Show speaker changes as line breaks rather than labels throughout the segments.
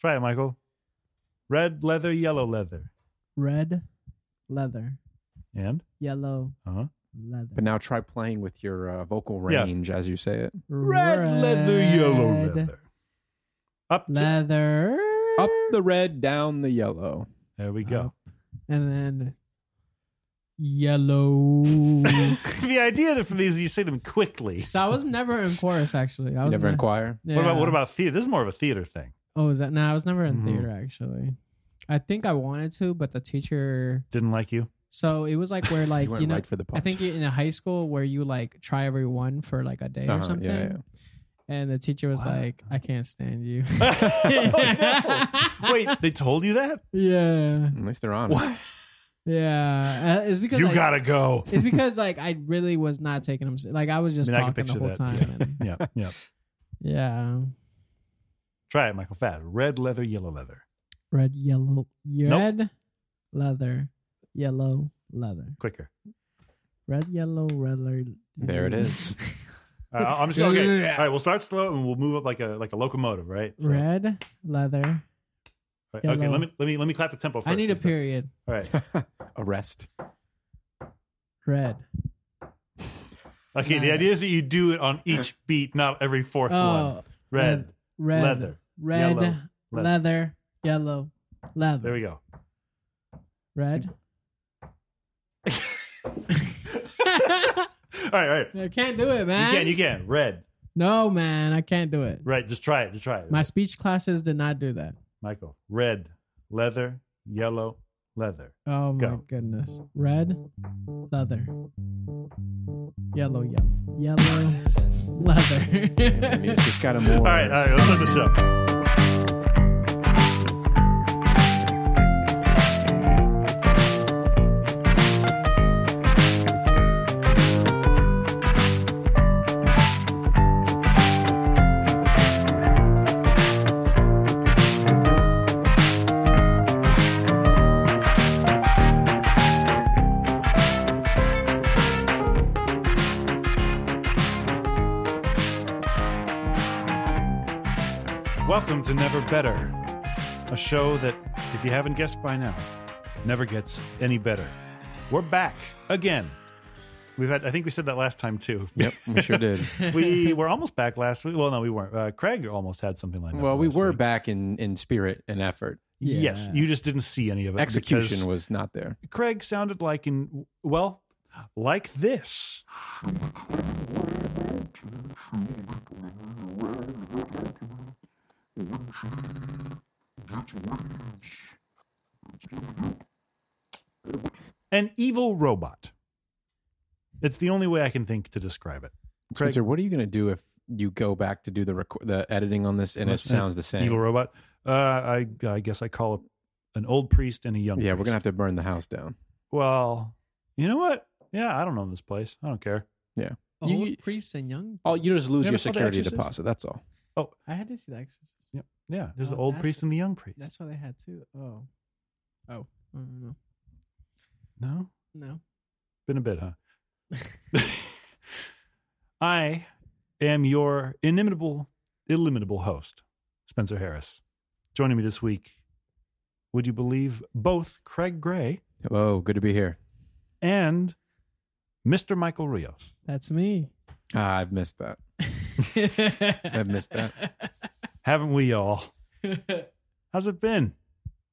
Try it, Michael. Red leather, yellow leather.
Red leather,
And?
yellow
Uh huh.
leather.
But now try playing with your uh, vocal
Yeah.
range as you say it.
Red, leather, yellow
Red
leather. Up. to-
Leather.
Up the red, down the yellow.
there we go.
and then yellow.
the idea for these, is you say them quickly.
so I was never in chorus actually. I
You
was
never
ne-
inquire.
Yeah.
What about what about theater? This is more of a theater thing.
Oh, is that? No, I was never in
Mhm.
theater actually. I think I wanted to, but the teacher.
Didn't like you.
So it was like where
Like,
like
you
you,
went
know
right for the punch.
I think in a high school where you like try every one for like a day
Uh-huh,
or something.
yeah, yeah.
And the teacher was
Wow.
like, I can't stand you.
Oh, no. Wait, they told you that?
Yeah.
At least they're on.
What?
Yeah. Uh, It's because
You
like,
gotta go.
it's because like I really was not taking them. se- Like I was just
mean, I can
talking the
picture
whole
that,
time. and-
Yeah, yeah.
yeah.
Try it, Michael. Fat. Red leather, yellow leather.
Red, yellow,
Nope.
red, leather, yellow, leather.
Quicker.
Red, yellow, red, leather.
There it is.
Uh, I'm just going. Okay. All right. We'll start slow and we'll move up like a like a locomotive, right? So-
Red, leather.
right, Okay.
yellow.
Let me let me let me clap the tempo first.
I need a
Is that-
period.
All right.
Arrest.
Red.
Okay. The
Leather.
idea is that you do it on each beat, not every fourth one.
Oh,
Red.
red,
Leather.
red,
Yellow.
leather,
Leather.
yellow,
There
leather.
we go.
Red.
All right. All right.
I can't do it, man.
You can. You can. Red.
no, man, I can't do it.
Right. Just try it. Just try it.
My speech classes did not do that.
Michael. Red leather, yellow leather.
Oh my
Go.
goodness. Red, leather, yellow, yellow, yellow,
And he's
leather.
just got a more.
All right. uh, All right. Let's start the show. Welcome to Never Better, a show that, if you haven't guessed by now, never gets any better. We're back again. We've had, I think we said that last time too.
Yep, we sure did.
we were almost back last week. Well, no, we weren't. Uh, Craig almost had something lined up.
well, we
last
were
week.
back in, in spirit and effort.
Yes,
Yeah.
you just didn't see any of it.
Execution
because
was not there.
Craig sounded like in well, like this. An evil robot. It's the only way I can think to describe it. Craig-
Spencer, what are you going to do if you go back to do the rec- the editing on this and it
Unless-
sounds the same?
Evil robot. Uh, I I guess I call a, an old priest and a young.
yeah, we're
priest.
gonna have to burn the house down.
Well, you know what? Yeah, I don't own this place. I don't care.
Old
You-
priests and young.
Oh, you just lose
Never
your
saw The
security
Exorcist?
deposit. That's all.
I had to see the exorcist.
Yeah, there's the
Oh,
old
that's
priest
what-
and the young priest.
That's what they had too. Oh. Oh. I don't know.
no,
No.
been a bit, huh? I am your inimitable, illimitable host, Spencer Harris. Joining me this week, would you believe both Craig Gray
Hello, good to be here.
and Mr. Michael Rios?
That's me.
Ah, I've missed that.
I've
missed that.
Haven't we all? How's it been?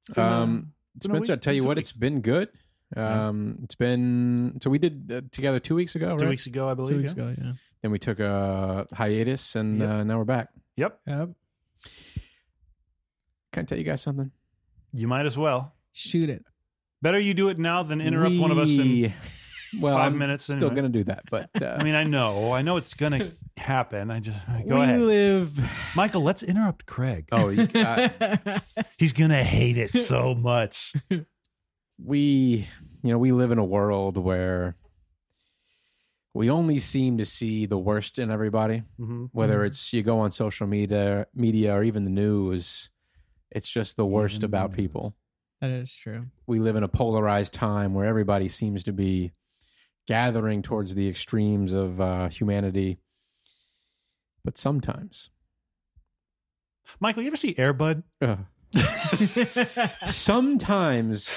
It's been, uh,
Um,
it's been a
Spencer,
week-
I tell you
it's a
what,
week.
it's been good. Um, it's been so we did uh, together two weeks ago,
two
right?
weeks ago, I believe.
Two weeks
yeah?
ago, yeah.
Then we took a hiatus, and
Yep.
uh, now we're back.
Yep,
Yep.
Can I tell you guys something?
you might as well.
Shoot it.
Better you do it now than interrupt one of us and
We- well,
five
I'm
minutes
Still
anyway.
gonna do that, but uh,
I mean, I know, I know it's gonna happen. I just go
we
ahead,
live.
Michael. Let's interrupt Craig.
Oh, you, I-
He's gonna hate it so much.
we you know we live in a world where we only seem to see the worst in everybody
hmm
whether it's you go on social media media or even the news it's just the worst
Even the
about
news.
people
that is true.
we live in a polarized time where everybody seems to be gathering towards the extremes of uh, humanity but sometimes
Michael, you ever see Airbud?
uh, Sometimes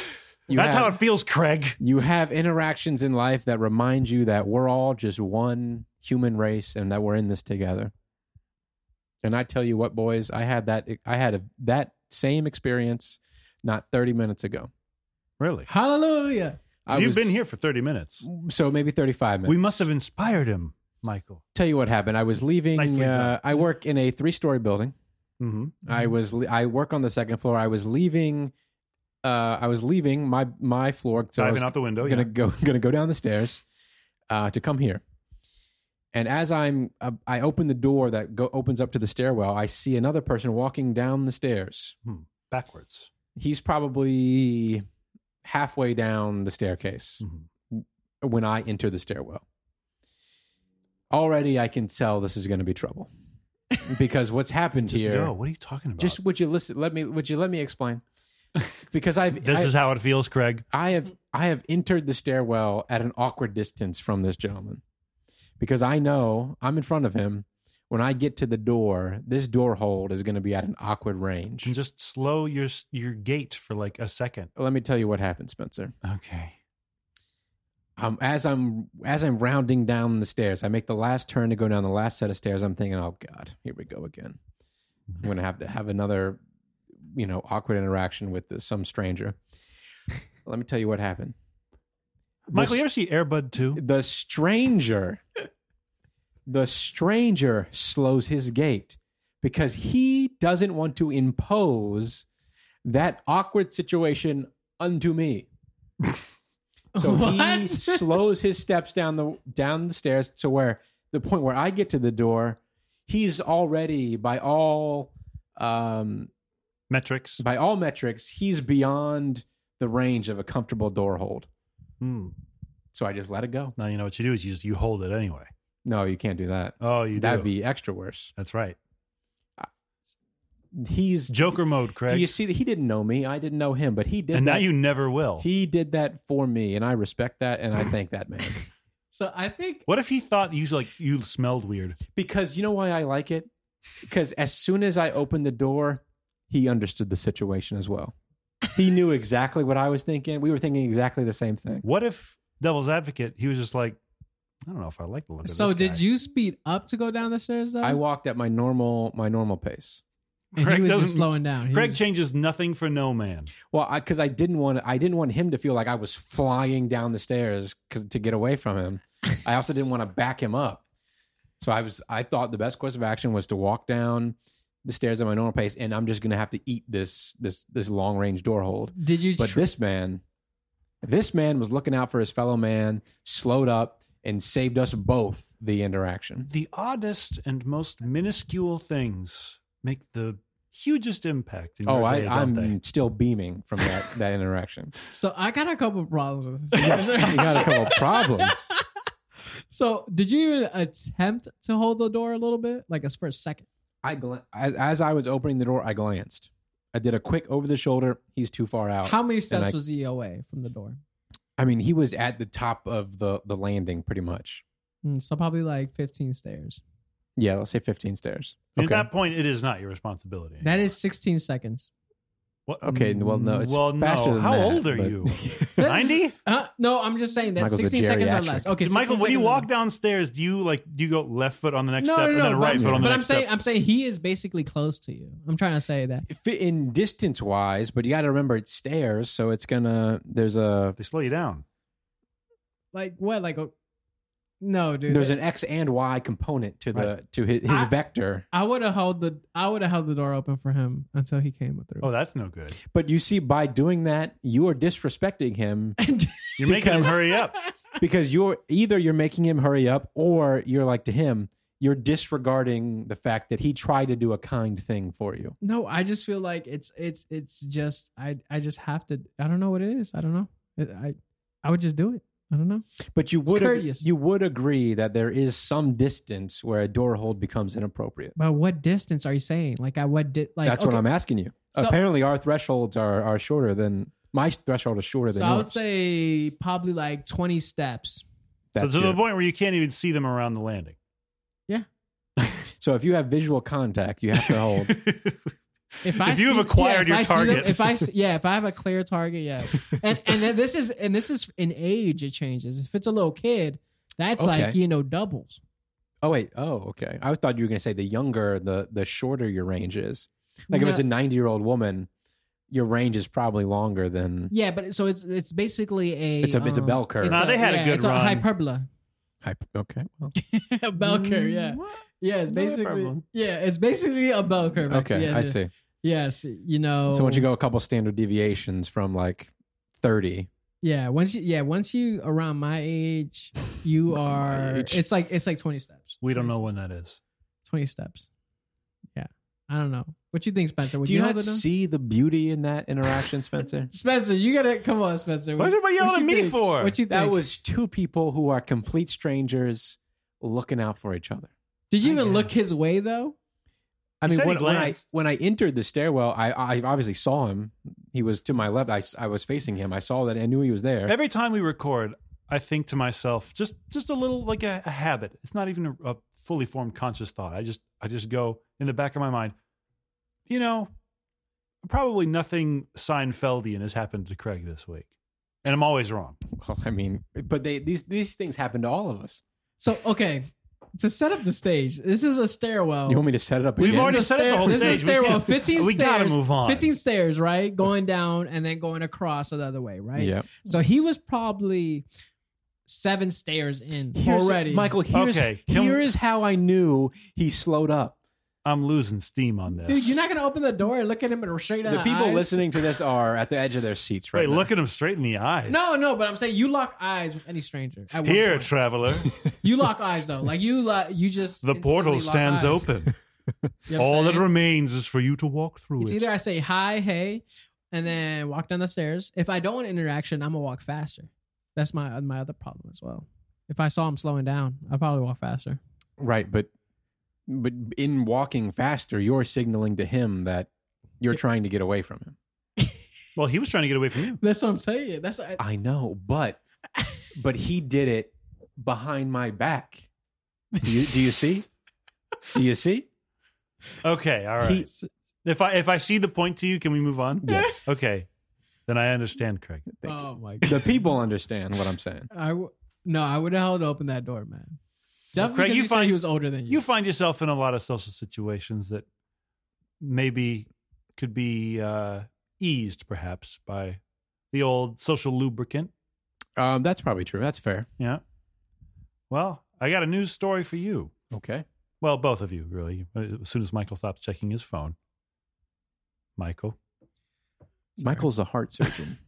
you
That's
have,
how it feels, Craig.
you have interactions in life that remind you that we're all just one human race and that we're in this together. And I tell you what, boys, I had that I had a, that same experience not 30 minutes ago.
Really?
Hallelujah.
I
You've
was-
been here for 30 minutes.
so maybe 35 minutes.
We must have inspired him, Michael.
tell you what happened. I was leaving.
Nicely done.
Uh, I work in a three-story building.
Mm-hmm.
I was le- I work on the second floor. I was leaving. Uh, I was leaving my my floor. So I
Diving
was
out the window.
gonna
yeah.
go gonna go down the stairs uh, to come here. And as I'm uh, I open the door that go, opens up to the stairwell, I see another person walking down the stairs.
Backwards.
He's probably halfway down the staircase
Mhm.
when I enter the stairwell. Already, I can tell this is going to be trouble because what's happened
Just
here.
go. What are you talking about?
Just would you listen? Let me. Would you let me explain? Because I've
this
I,
is how it feels, Craig.
I have I have entered the stairwell at an awkward distance from this gentleman because I know I'm in front of him. When I get to the door, this door hold is going to be at an awkward range.
And just slow your your gait for like a second.
let me tell you what happened, Spencer.
Okay.
um, as I'm as I'm rounding down the stairs, I make the last turn to go down the last set of stairs. I'm thinking, oh god, here we go again. I'm gonna have to have another, you know, awkward interaction with this, some stranger. Let me tell you what happened.
Michael,
s-
you ever see Airbud 2?
The stranger, the stranger slows his gait because he doesn't want to impose that awkward situation unto me. So he
What?
slows his steps down the down the stairs to where the point where I get to the door, he's already by all um,
Metrics.
by all metrics, he's beyond the range of a comfortable door hold.
Hmm.
So I just let it go.
Now you know what you do is you just you hold it anyway.
No, you can't do that.
Oh, you
That'd
do.
be extra worse.
That's right.
He's
Joker mode, Craig.
Do you see that he didn't know me? I didn't know him, but he did.
and now
that-
you never will.
he did that for me, and I respect that, and I thank that man
So I think
what if he thought you like you smelled weird?
because you know why I like it. Because as soon as I opened the door, he understood the situation as well. He knew exactly what I was thinking. We were thinking exactly the same thing.
What if Devil's Advocate? He was just like, I don't know if I like the look of
so.
this guy."
Did you speed up to go down the stairs though?
I walked at my normal my normal pace.
and
Craig
he was
doesn't-
just slowing down. He
Craig
was-
changes nothing for no man.
Well, because I, didn't want I didn't want him to feel like I was flying down the stairs 'cause- to get away from him. I also didn't want to back him up. So I was I thought the best course of action was to walk down the stairs at my normal pace, and I'm just going to have to eat this this this long range door hold.
Did you?
But
tr-
this man, this man was looking out for his fellow man, slowed up, and saved us both the interaction.
The oddest and most minuscule things make the hugest impact in your
Oh,
day,
I,
don't they?
I'm still beaming from that, that interaction.
so I got a couple problems with
you
this.
got a couple problems.
so did you even attempt to hold the door a little bit, like as for a second?
I gla- as, as I was opening the door, I glanced. I did a quick over the shoulder. He's too far out.
How many steps
I-
was he away from the door?
I mean, he was at the top of the the landing, pretty much.
Mm, so probably like 15 stairs.
Yeah, let's say fifteen stairs.
At
Okay.
that point, it is not your responsibility.
That
anymore.
is 16 seconds.
What-
Okay, well, no, it's
well,
faster
no.
than
How
that,
old are
but-
you?
That is-
Ninety?
Uh, no, I'm just saying that
Michael's a
16 seconds or
geriatric.
less. Okay,
Michael,
16
when you
seconds or
walk
less.
downstairs, do you like do you go left foot on the next
no,
step
no,
and
no,
then a right
but,
foot on the
but I'm
next
saying
step?
I'm saying he is basically close to you. I'm trying to say that.
Fit in distance wise, but you got to remember it's stairs, so it's gonna. There's a
They slow you down.
Like what? Like a, no, dude.
there's an X and Y component to the to his, his
I-
vector.
I would have held the I would have held the door open for him until he came through.
Oh, that's no good.
But you see, by doing that, you are disrespecting him
You're making him
Because-
hurry up.
because you're either you're making him hurry up or you're like to him you're disregarding the fact that he tried to do a kind thing for you
no, I just feel like it's it's it's just I I just have to. I don't know what it is. I don't know. It, I I would just do it. I don't know.
but you would
courteous.
you would agree that there is some distance where a door hold becomes inappropriate
But what distance are you saying? Like at what di- like
that's
okay,
what i'm asking you
So-
apparently our thresholds are are shorter than my threshold is shorter than
So I would
yours.
say probably like 20 steps.
So
That's
to the
it.
point where you can't even see them around the landing.
so if you have visual contact you have to hold
If, I
If you have
see-
acquired
yeah, if
your
I see them-
target.
if I s- yeah, if I have a clear target, yes. And and then this is and this is in age it changes. If it's a little kid, that's like
Okay.
you know doubles.
Oh wait. Oh, okay. I thought you were going to say the younger, the the shorter your range is. Like if it's a ninety year old woman, your range is probably longer than
yeah, but so it's it's basically a
It's a- it's a
um,
bell curve.
it's
Nah, they had a
yeah,
good
it's
run.
A hyperbola,
I, okay. Well,
a bell curve. Yeah, Mm-hmm. yeah. It's
Not a
basically
hyperbola.
yeah. It's basically a bell curve. actually.
okay.
Yes,
I
yes.
see.
Yes, you know.
So once you go a couple standard deviations from like thirty,
Yeah, once you yeah, once you around my age, you
Around my
are
age.
it's like it's like 20 steps.
We don't
20
know when that is.
20 steps. Yeah. I don't know. What you think, Spencer? Would
do you,
know
not
the number?
see the beauty in that interaction, Spencer?
Spencer, you gotta come on, Spencer.
What's everybody yelling
what
at
you
me
think?
for?
What you think?
that was two people who are complete strangers looking out for each other.
Did you
I
even
guess.
look his way though?
I
He
mean,
said he
when, when I
glanced.
when I entered the stairwell, I, I obviously saw him. He was to my left. I, s- I was facing him. I saw that. I knew he was there.
Every time we record, I think to myself, just just a little like a, a habit. It's not even a, a fully formed conscious thought. I just I just go in the back of my mind. You know, probably nothing Seinfeldian has happened to Craig this week, and I'm always wrong.
Well, I mean, but they these these things happen to all of us.
So okay. To set up the stage, this is a stairwell.
You want me to set it up?
We've
again?
already
This is
set up the whole
this is a
stage. We
stairwell.
can't-
15
we gotta
stairs.
move on.
15 stairs, right? Going down and then going across the other way, right?
Yeah.
So he was probably seven stairs in
Here's-
already.
Michael. Here's,
Okay, can-
here is how I knew he slowed up.
I'm losing steam on this.
dude, you're not gonna open the door and look at him and straight out.
The people
eyes?
listening to this are at the edge of their seats right
Wait,
now.
look at him straight in the eyes.
No, no, but I'm saying you lock eyes with any stranger. at one
Here,
point.
traveler,
you lock eyes though. Like you, lo- you just
the
instantly
portal
lock
stands
eyes.
open.
You know what I'm
All that
saying?
remains is for you to walk through
It's
it.
either I say hi, hey, and then walk down the stairs. If I don't want interaction, I'm gonna walk faster. That's my uh, my other problem as well. If I saw him slowing down, I'd probably walk faster.
right, but but in walking faster, you're signaling to him that you're trying to get away from him.
well, he was trying to get away from you.
That's what I'm saying. That's what I,
I know, but but he did it behind my back. Do you do you see? Do you see?
Okay, all right.
He-
if I if I see the point to you, can we move on?
Yes.
Okay. Then I understand, Craig.
Thank you.
oh my god.
The people understand what I'm saying.
I w- no, I would have held open that door, man.
Well,
Definitely
Craig,
because
you
you, said
find-
he was older than you.
You find yourself in a lot of social situations that maybe could be uh, eased, perhaps, by the old social lubricant.
Um, that's probably true. That's fair.
Yeah. Well, I got a news story for you.
Okay.
Well, both of you, really. Uh, As soon as Michael stops checking his phone, Michael.
Michael's a heart surgeon.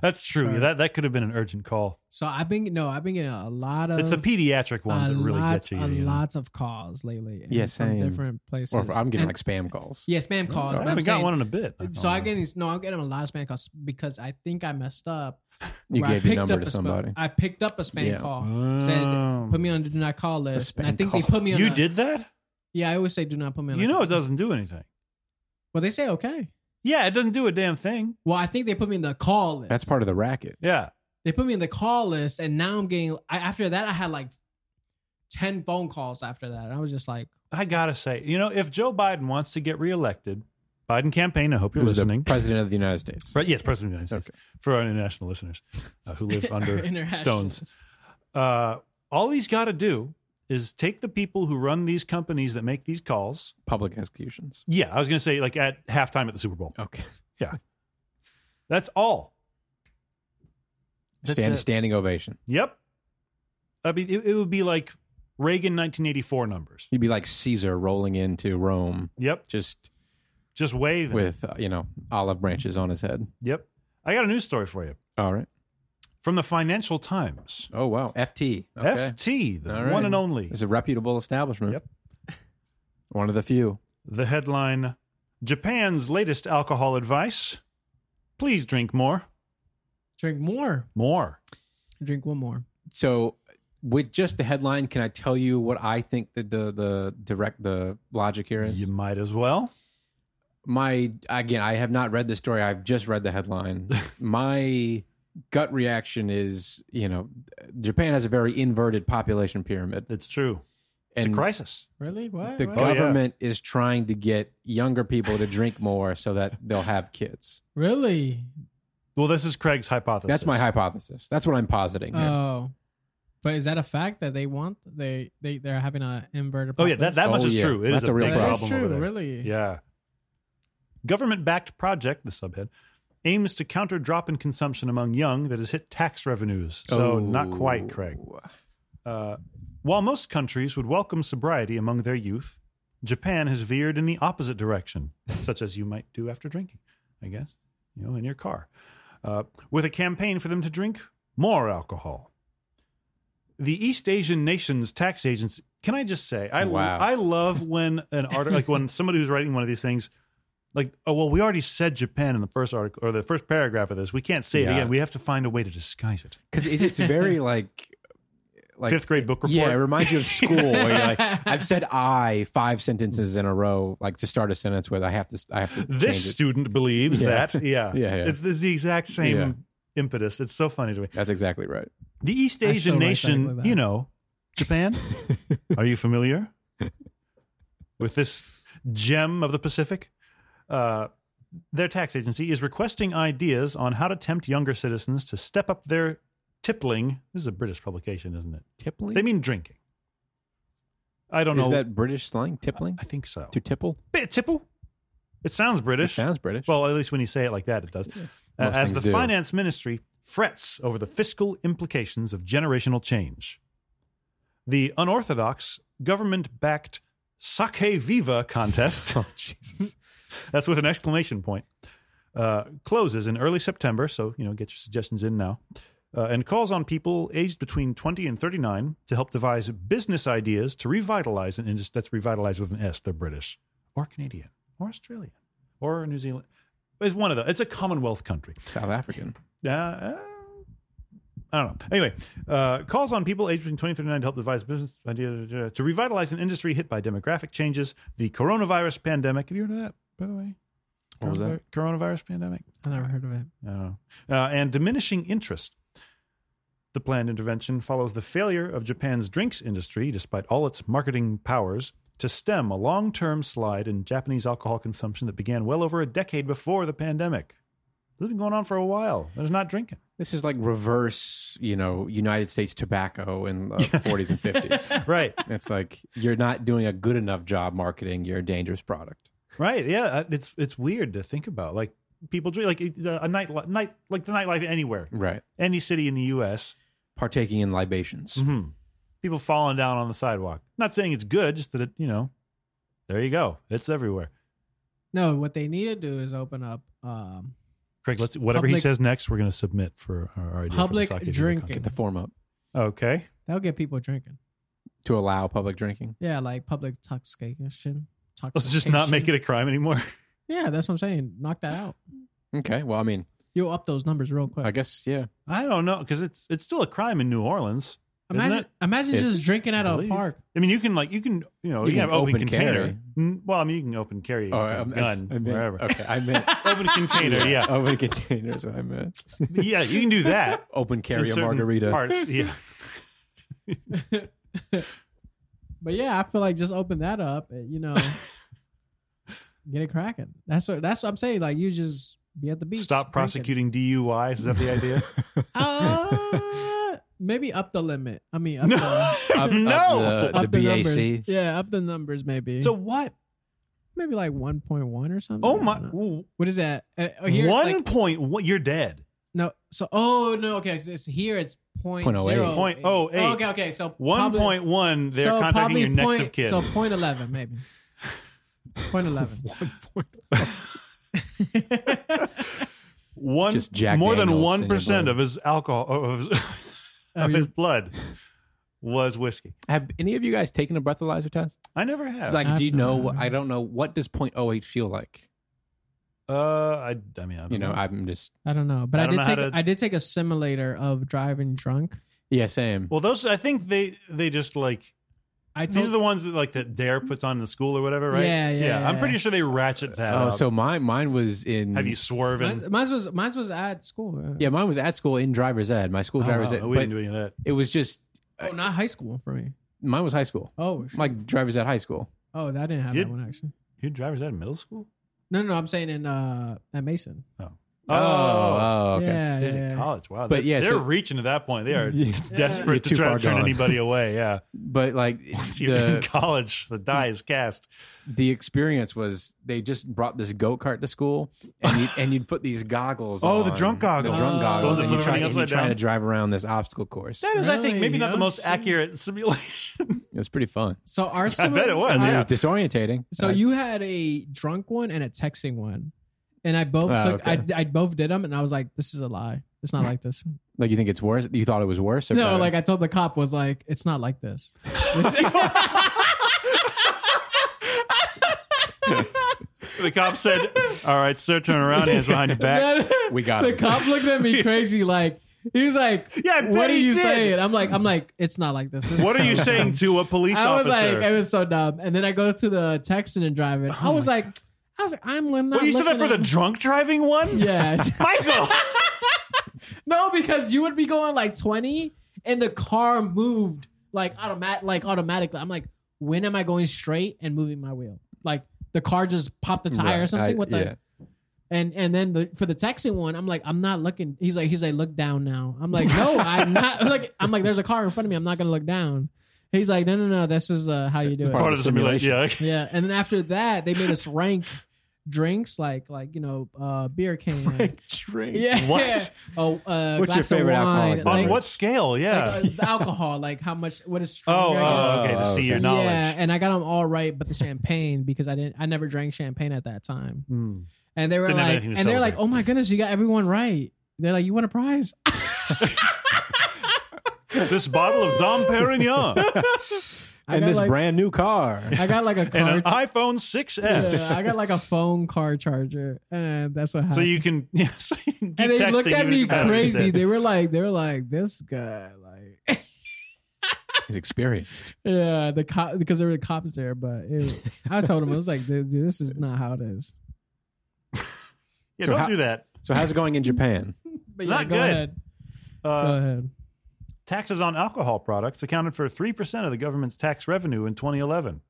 That's true.
Sorry.
That that could have been an urgent call.
so I've been no, I've been getting a lot of
It's the pediatric ones
Uh, a
that really
lot,
get to you.
A
you know?
lots of calls lately. and
Yeah,
from
same.
different places.
or if I'm getting
And-
like spam calls.
yeah, spam calls.
I
and
haven't
I'm
got
saying-
one in a bit.
So
don't
I
know.
get these- no, I'm getting a lot of spam calls because I think I messed up.
You
where I
gave your
picked
number
up
to
a spam-
somebody.
I picked up a spam
Yeah.
call. Said put me on the do not call list. And I
spam
think they
call.
put me on.
You
a-
did that?
Yeah, I always say do not put me on.
You
a
know
call
it doesn't do anything.
Well, they say okay.
Yeah, it doesn't do a damn thing.
Well, I think they put me in the call list.
That's part of the racket.
Yeah.
they put me in the call list and now i'm getting I, after that i had like 10 phone calls after that and i was just like
I gotta say, you know, if Joe Biden wants to get reelected, Biden campaign, I hope you're
Who's the
listening.
president of the United States?
Pre- yes, President of the United States. For our international listeners uh, who live under
internationals.
stones. Uh, all he's gotta do is take the people who run these companies that make these calls.
Public executions.
Yeah, I was gonna say like at halftime at the Super Bowl.
Okay.
That's all. That's
Stand,
it.
standing ovation.
Yep. I mean, it, it would be like Reagan 1984 numbers.
You'd be like Caesar rolling into Rome,
Yep.
just
Just waving.
with uh, you know olive branches on his head.
Yep. I got a news story for you
All right.
from the Financial Times.
Oh wow. FT. Okay.
FT, the
All right.
one and only.
It's a reputable establishment.
Yep.
One of the few.
The headline Japan's latest alcohol advice. Please drink more.
drink more
More.
drink one more
So, with just the headline, can I tell you what I think that the the direct the logic here is?
You might as well.
my again i have not read the story i've just read the headline my gut reaction is you know japan has a very inverted population pyramid
It's true. It's
and
a crisis.
Really? What?
the
What?
Oh, yeah.
government is trying to get younger people to drink more so that they'll have kids.
Really?
Well, this is Craig's hypothesis.
That's my hypothesis. That's what I'm positing. here.
Oh. But is that a fact that they want they they they're having a inverted?
Oh yeah, that, that much
Oh,
is
yeah.
true. It is
That's
a
a real
big
That is
problem.
true.
over there.
Really?
Yeah. Government backed project, the subhead, aims to counter drop in consumption among young that has hit tax revenues. So, not
Oh.
quite, Craig. Uh, while most countries would welcome sobriety among their youth, Japan has veered in the opposite direction, such as you might do after drinking, I guess, you know, in your car, uh, with a campaign for them to drink more alcohol. The East Asian nations tax agency. Can I just say, I
Wow.
I love when an article, like when somebody who's writing one of these things, like, oh well, we already said Japan in the first article or the first paragraph of this. We can't say it
Yeah.
again. We have to find a way to disguise it.
Because it, it's very like, like
Fifth grade book report.
Yeah, it reminds you of school.
Oh,
where you're like, I've said I five sentences in a row, like to start a sentence with. I have to. I have to.
this
change it.
student believes
Yeah.
that. Yeah.
Yeah, yeah.
It's, it's the exact same
Yeah.
impetus. It's so funny to me.
That's exactly right.
The East
I still
Asian
write
nation,
technically that.
you know, Japan. Are you familiar with this gem of the Pacific? Uh, their tax agency is requesting ideas on how to tempt younger citizens to step up their tippling. This is a British publication, isn't it?
Tippling.
They mean drinking. I don't
Is
know.
that British slang? Tippling.
I think so.
To tipple.
Bit tipple. It sounds
It
British.
sounds British.
Well, at least when you say it like that, it does. Uh, as
Most things
the
do.
finance ministry frets over the fiscal implications of generational change, the unorthodox government backed Sake Viva contest,
oh Jesus.
that's with an exclamation point, uh, closes in early September. So, you know, get your suggestions in now. Uh, and calls on people aged between 20 and 39 to help devise business ideas to revitalize an industry that's revitalized with an S. They're British or Canadian or Australian or New Zealand. It's one of the, it's a Commonwealth country.
South African.
Uh, uh, I don't know. Anyway, uh, calls on people aged between 20 and 39 to help devise business ideas uh, to revitalize an industry hit by demographic changes, the coronavirus pandemic. Have you heard of that, by the way?
What was that?
Coronavirus pandemic?
I never heard of it.
I don't know. Uh, and diminishing interest. The planned intervention follows the failure of Japan's drinks industry, despite all its marketing powers, to stem a long term slide in Japanese alcohol consumption that began well over a decade before the pandemic. This has been going on for a while. There's not drinking.
This is like reverse, you know, United States tobacco in the 40s and 50s.
Right,
It's like you're not doing a good enough job marketing your dangerous product.
right. Yeah, uh, it's it's weird to think about. Like people drink like uh, a night night like the nightlife anywhere,
Right.
any city in the U.S.
Partaking in libations.
hmm People falling down on the sidewalk. Not saying it's good, just that it, you know, there you go. It's everywhere.
No, what they need to do is open up um,
Craig, let's whatever he
Public-
says next, we're going to submit for our, our idea for the
Public
sake of the
drinking.
content.
Get the form up
Okay,
that'll get people drinking.
to allow public drinking.
Yeah, like public toxication.
let's just not make it a crime anymore.
Yeah, that's what I'm saying. Knock that out.
Okay. Well, I mean,
You'll up those numbers real quick.
I guess, yeah.
I don't know because it's it's still a crime in New Orleans. isn't
imagine,
it?
imagine
Yes.
just drinking at
I
a
believe.
park.
I mean, you can like you can you know you,
You
can have
can
open,
open
container.
carry.
Mm, Well, I mean, you can open carry
Oh,
a
I'm-
gun
I meant-
wherever.
Okay. I meant
open container, yeah,
Open container is what I meant.
yeah, you can do that.
Open
in
carry a
certain
margarita.
Parts. Yeah,
But yeah, I feel like just open that up. uh, You know, get it cracking. That's what that's what I'm saying. Like you just be at the beach.
stop
drinking.
prosecuting DUIs. Is that the idea?
Uh, maybe up the limit. I mean, up
no,
the,
Up- up
no.
the-
up the numbers.
BAC.
Yeah, up the numbers. Maybe
so what?
maybe like 1.1 or something.
Oh
I
my,
don't know.
ooh,
What is that? Uh, oh, here
one
it's like-
point one. You're dead.
No. So oh no. Okay. so it's here. It's point
0.08.
zero
Point
eight.
oh eight.
okay. Okay. So
One
probably-
point one. They're
so
contacting
probably
your next
point,
of kin.
So point eleven maybe. Point eleven.
one
Just Jack
more than
Daniels in
one
your
percent
blood.
of his alcohol of his,
I
of
mean,
his blood was whiskey.
Have any of you guys taken a breathalyzer test?
I never have.
Like,
I've
do you know?
not.
what- I don't know. What does 0.08 feel like?
uh, I, I mean, I don't
You know,
know.
I'm just
I don't know, but
I
I,
don't
did
know how
take
to-
I did take a simulator of driving drunk.
yeah, same.
well, those I think they they just like
I
these
told
are the ones that like that Dare puts on in the school or whatever, right?
Yeah, yeah,
I'm
yeah.
pretty sure they ratchet that.
oh,
up.
so mine mine was in.
have you swerving?
mine, mine was mine was at school.
Yeah, mine was at school in driver's ed. My school
Oh,
driver's
wow.
ed,
we
but
didn't do any of that.
it was just
oh, not high school for me.
Mine was high school.
Oh, sh-
My driver's at high school.
oh, that didn't have
You-
that one actually.
You had driver's ed in middle school?
No, no, no, I'm saying in uh at Mason.
oh okay.
Yeah,
Oh, Shit,
yeah,
in
yeah.
college. Wow.
But
they're,
yeah,
they're
so-
reaching to that point. They are
Yeah. You're
desperate to
too
try
far
to turn
gone.
anybody away. Yeah.
But like
Once you're in
the
college, the die is cast.
the experience was they just brought this go kart to school and you and you'd put these goggles.
Oh,
on,
the drunk goggles.
The drunk
Oh. Those
goggles.
that
and
flip
you try,
everything
and you
upside
trying to
down.
drive around this obstacle course.
That is, I think,
Really?
maybe not the
Oh,
most
shit.
accurate simulation.
It was pretty fun.
So are
I
some
bet
of-
it was.
are-
Yeah.
It was disorientating. Uh,
So
I-
you had a drunk one and a texting one, and I both
Oh,
took
okay.
I, I both did them, and I was like, "This is a lie. It's not like this."
like you think it's worse? You thought it was worse? Or
no,
better?
like I told the cop was like, "It's not like this."
the cop said, All right, sir, turn around. Hands behind your back.
we got
the
it.
cop looked at me crazy, like he was like,
Yeah, I
"What
bet
are
he
you
did.
saying?" I'm like, "I'm like, it's not like this." This is
What are
so
you
dumb."
saying to a police
I was
officer? Oh
like, it was so dumb. And then I go to the texting and driving. I was like, I was like, I'm not.
well, you said that for the drunk driving one?
Yes.
Michael.
No, because you would be going like 20 and the car moved like automatic like automatically. I'm like, when am I going straight and moving my wheel? Like the car just popped the tire or
Right,
something
I-
with the
yeah.
and and then the, for the texting one, I'm like, I'm not looking. He's like, he's like, look down now. I'm like, no, I'm not. I'm like, I'm like, there's a car in front of me. I'm not gonna look down. He's like, no, no, no. This is uh, how you do
It's
it.
part
Part of
of
the
the
simulation. Yeah.
Yeah, and then after that, they made us rank drinks like like you know uh beer can.
drink.
Yeah.
What?
Oh, uh,
What's your
glass of
favorite
wine,
alcoholic
like-
On
beverage?
what scale? Yeah.
like, uh, the alcohol, like how much, what is
oh,
stronger, I
oh,
guess.
okay. To
Oh,
see
okay.
your knowledge.
Yeah, and I got them all right, but the champagne because I didn't, I never drank champagne at that time,
Hmm.
and they were
Didn't have
like,
anything
and
to
they're like,
celebrate.
oh my goodness, you got everyone right. They're like, you won a prize.
This bottle of Dom Perignon
I
and
got
this
like,
brand new car.
I got like a
and
car.
an iPhone 6S.
yeah, I got like a phone car charger, and that's what happened.
so you can, yeah, so you can keep
and they
texting
looked at
even if
me
you haven't been
crazy.
dead.
They were like, they were like, this guy, like,
He's experienced.
yeah, the cop because there were cops there. But it, I told him I was like, dude, dude, this is not how it is.
Yeah,
So
don't
how-
do that.
So how's it going in Japan?
But yeah,
Not
go
good.
ahead, go
Uh,
ahead.
taxes on alcohol products accounted for 3% of the government's tax revenue in 2011,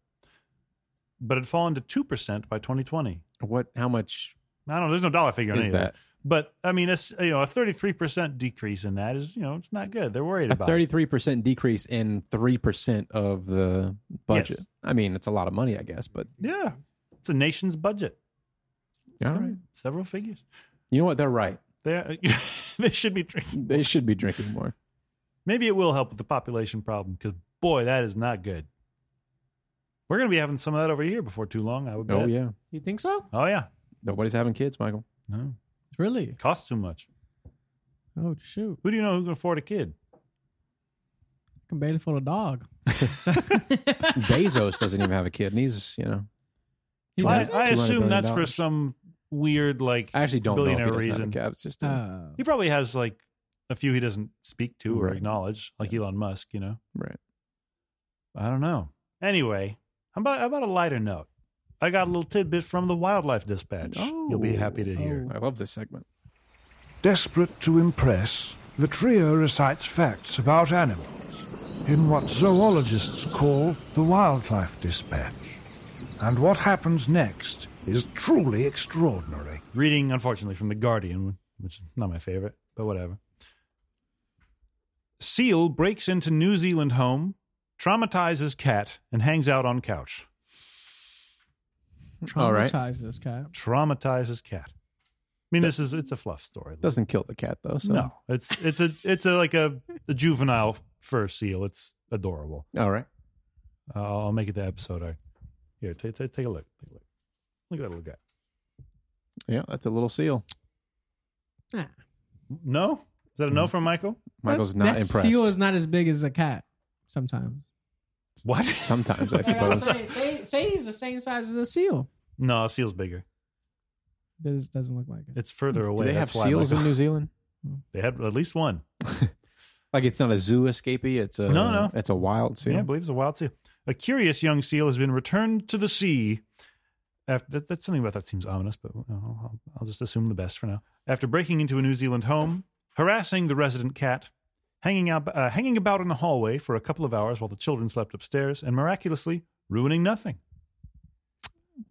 but had fallen to 2% by 2020.
What? How much
I don't know. There's no dollar figure on
is
any of
that?
that. But I mean, it's, you know, a 33% decrease in that is, you know, it's not good. They're worried
A
about it.
thirty-three percent decrease in three percent of the budget.
Yes.
I mean, it's a lot of money, I guess, but
Yeah. It's a nation's budget.
all right.
Several figures.
You know what? They're right.
They they should be drinking.
They should be drinking more.
Maybe it will help with the population problem because boy, that is not good. We're going to be having some of that over here before too long. I would bet.
Oh yeah.
You think so?
Oh yeah.
Nobody's having kids, Michael.
No,
Really?
it costs too much.
Oh shoot!
Who do you know who can afford a kid?
I can barely fold a dog. So-
Bezos doesn't even have a kid, and he's you know.
He
I,
does.
doesn't?
I
$200
assume
billion
that's for some weird like.
I actually don't know if he
Billionaire
doesn't have a
reason.
kid. It's just a-
Oh.
He probably has like a few he doesn't speak to or
Right.
acknowledge, like Elon Musk. You know.
right.
I don't know. Anyway, how about how about a lighter note? I got a little tidbit from the Wildlife Dispatch. You'll be
Oh.
happy to hear.
I love this segment.
Desperate to impress, the trio recites facts about animals in what zoologists call the wildlife dispatch. And what happens next is truly extraordinary.
reading unfortunately from the guardian which is not my favorite but whatever seal breaks into new zealand home traumatizes cat and hangs out on couch
Traumatize
All right.
this cat.
traumatizes cat i mean this is it's a fluff story
Doesn't kill the cat though. So.
no it's it's a it's a like a, a juvenile fur seal it's adorable
All right.
uh, i'll make it the episode art here take, take, take a look take a look look at that little guy
Yeah, that's a little seal.
Nah.
no is that a
Mm-hmm.
no from michael
Michael's
That-
not
that
impressed.
Seal is not as big as a cat. Sometimes.
what
Sometimes I suppose.
Say, say, say he's the same size as a seal.
no a seal's bigger
This doesn't look like it.
it's further away
Do they have
That's why
seals in
Michael-
New Zealand?
they had at least one
Like it's not a zoo escapee. It's a
No, no.
It's a wild seal.
Yeah, I believe it's a wild seal. A curious young seal has been returned to the sea. After that, that's something about that seems ominous, but you know, I'll, I'll just assume the best for now. After breaking into a New Zealand home, harassing the resident cat, hanging out, uh, hanging about in the hallway for a couple of hours while the children slept upstairs, and miraculously ruining nothing.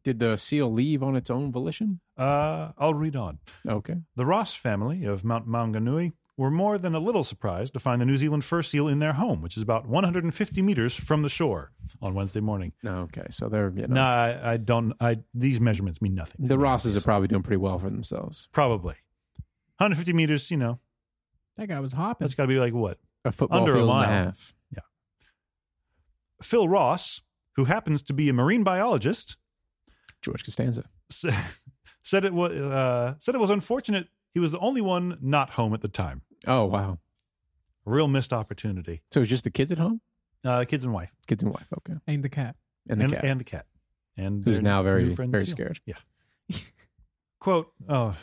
Did the seal leave on its own volition?
Uh, I'll read on.
Okay.
The Ross family of Mount Maunganui were more than a little surprised to find the New Zealand fur seal in their home, which is about 150 meters from the shore, on Wednesday morning.
Okay. So they're you know,
No, I, I don't. I these measurements mean nothing.
the Rosses are probably doing pretty well for themselves.
probably 150 meters. You know,
That guy was hopping.
that's got to be like what
A football
Under a
field
mile.
and a half.
Phil Ross, who happens to be a marine biologist,
George Costanza.
s- said it was uh, said it was unfortunate he was the only one not home at the time.
Oh wow.
Real missed opportunity.
So it's just the kids at home,
Uh, kids and wife,
kids and wife. Okay.
And the cat.
And the
and
cat,
and the cat, and
who's
their
now very
new friend
very
Seal.
scared.
Quote: Oh,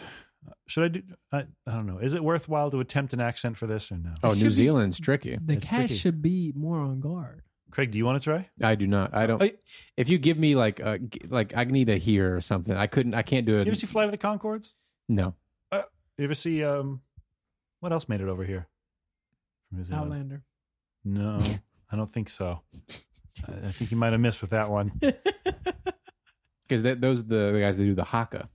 should I do? I, I don't know. Is it worthwhile to attempt an accent for this or no?
Oh,
It should
New
be-
Zealand's tricky.
The
It's
cat
tricky.
should be more on guard.
Craig, do you want to try?
I do not. I don't.
I-
if you give me like a g- like, I need a here or something. I couldn't. I can't do
You ever
it.
see Flight of the Concords?
No.
You ever see um, what else made it over here? From New Zealand?
Outlander.
No, I don't think so. I I think you might have missed with that one.
Because those the, the guys that do the haka.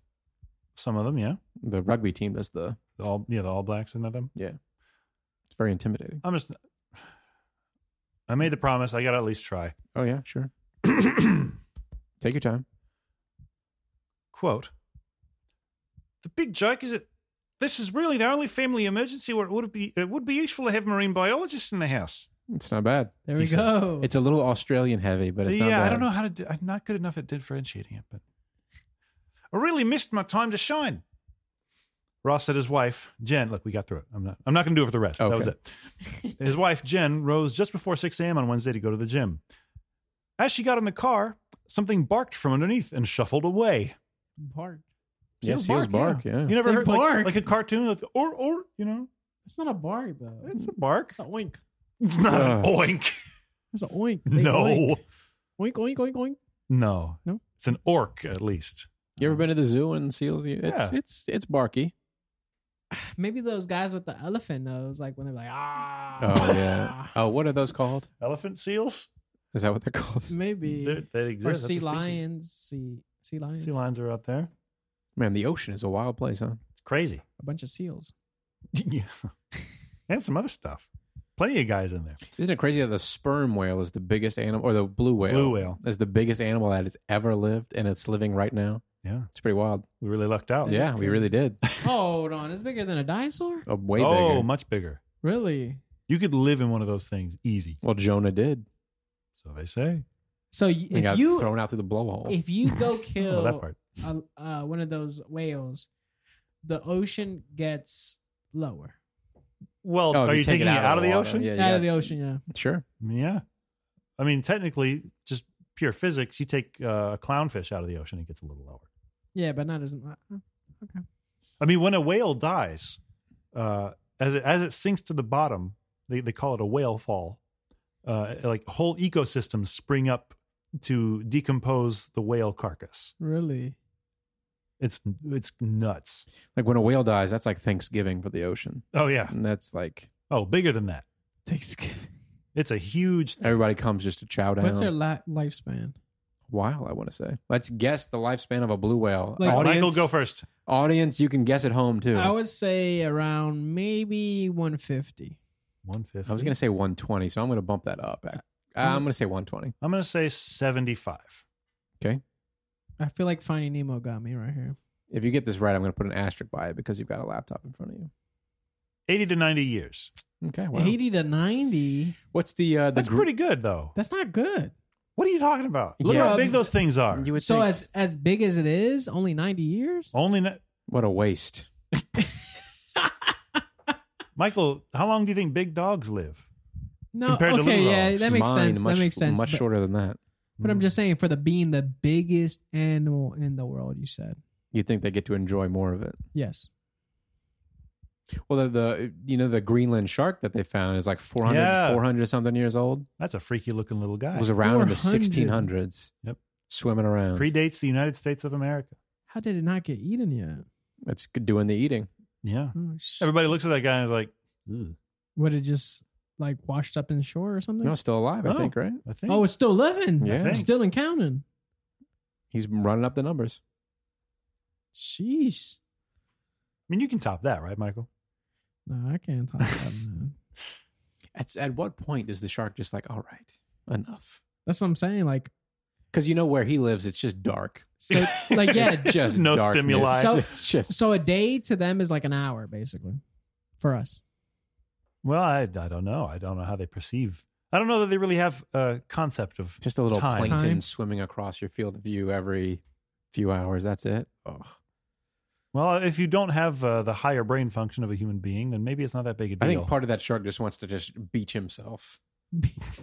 Some of them, yeah.
The rugby team does the.
The all yeah, the All Blacks and them.
It's very intimidating.
I'm just. I made the promise. I gotta at least try.
Oh yeah, sure. Take your time.
Quote: The big joke is that this is really the only family emergency where it would be it would be useful to have marine biologists in the house.
It's not bad.
There we
He said-
go.
It's a little Australian heavy, but it's
Oh. yeah,
not bad.
uh, I don't know how to. Do, I'm not good enough at differentiating it, but I really missed my time to shine. Ross said his wife Jen. Look, we got through it. I'm not. I'm not going to do it for the rest. That was
Okay.
it. His wife Jen rose just before 6 a.m. on Wednesday to go to the gym. As she got in the car, something barked from underneath and shuffled away.
bark.
Yeah,
Seals
seals bark.
bark,
Yeah.
You never
They
heard like-
bark.
Like, a cartoon, like, or or you know,
It's not a bark though.
it's a bark.
It's a oink.
It's not
Ugh.
an oink.
It's a oink. They
No,
Oink oink oink oink. oink.
no,
No?
It's an orc at least.
You ever been to the zoo and seals? It's
Yeah.
it's it's barky.
Maybe those guys with the elephant nose, like when they're like ah.
Oh yeah. Oh, what are those called?
Elephant seals.
Is that what they're called?
Maybe.
They're- They exist.
or
That's a
sea
species.
lions. Sea sea lions.
Sea lions are out there.
Man, the ocean is a wild place, huh?
It's crazy.
A bunch of seals.
yeah. And some other stuff. Plenty of guys in there.
Isn't it crazy that the sperm whale is the biggest animal, or the blue whale?
Blue whale.
is the biggest animal that has ever lived, and it's living right now.
Yeah.
It's pretty wild.
We really lucked out.
That is
yeah, we
crazy.
really did.
Hold on, it's bigger than a dinosaur.
A way
oh,
bigger.
much bigger.
Really?
You could live in one of those things easy.
Well, Jonah did.
So they say.
So y-
He
if
got
you
thrown out through the blowhole.
if you go
Oh,
kill
that part.
a, uh, one of those whales, the ocean gets lower
Well,
Oh, if
are you,
take
taking it out, of the
water,
ocean? Mm,
Yeah,
out
yeah.
of the ocean. Yeah.
sure.
Yeah. I mean, technically, just pure physics, you take uh, a clownfish out of the ocean, it gets a little lower.
Yeah, but not as uh, much.
I mean, when a whale dies, uh, as it as it sinks to the bottom, they, they call it a whale fall. Uh, like whole ecosystems spring up to decompose the whale carcass.
Really?
It's it's nuts.
Like when a whale dies, that's like Thanksgiving for the ocean,
Oh yeah.
and that's like
Oh, bigger than that.
Thanksgiving.
It's a huge.
everybody comes just to chow down.
What's their li- lifespan?
Wow, I want to say. Let's guess the lifespan of a blue whale.
Like-
audience,
Michael, go first.
audience, you can guess at home too.
I would say around maybe 150.
One fifty.
I was going to say 120, so I'm going to bump that
Uh,
up. I- I'm going to say 120.
I'm gonna say seventy five.
I feel like Finding Nemo got me right here.
If you get this right, I'm going to put an asterisk by it because you've got a laptop in front of you.
Eighty to ninety years.
Okay. Oh, Wow.
80 to 90.
What's the uh, the
That's
gr-
pretty good though.
That's not good.
What are you talking about? Look
Yeah.
how big those things are.
You would Oh,
So
think-
as as big as it is, only 90 years.
Only na-
what a waste.
Michael. How long do you think big dogs live?
No.
Compared to
okay.
Little
yeah,
Rocks.
that makes
Mine,
sense.
Much,
that makes sense.
Much
but,
shorter Hmm. than that.
but I'm just saying, for the being the biggest animal in the world, you said
You'd think they get to enjoy more of it.
yes.
Well, the, the you know the Greenland shark that they found is like 400
Yeah.
400 something years old.
That's a freaky looking little guy.
It was around in the
400.
1600s.
Yep.
Swimming around.
Predates the United States of America.
How did it not get eaten yet?
That's good doing the eating.
Yeah.
Oh, shit.
Everybody looks at that guy and is like, "Ugh,
Would it just like washed up in shore or something?
No, still alive, I
Oh.
think, right?
I think.
oh, it's still living.
Yeah.
think.
Still in counting.
He's running up the numbers.
Sheesh.
I mean, you can top that, right, Michael?
No, I can't talk about that, man.
At, at what point is the shark just like, all right, enough?
That's what I'm saying. Like,
Because you know where he lives, it's just dark.
so, like, yeah.
It's just no
darkness.
stimuli.
So-
it's just
So a day to them is like an hour, basically, for us.
Well, I, I don't know. I don't know how they perceive. I don't know that they really have a concept of.
just a little
Time.
plankton
Time.
swimming across your field of view every few hours. That's it. Oh.
Well, if you don't have uh, the higher brain function of a human being, then maybe it's not that big a
I
deal.
think part of that shark just wants to just beach himself.
That's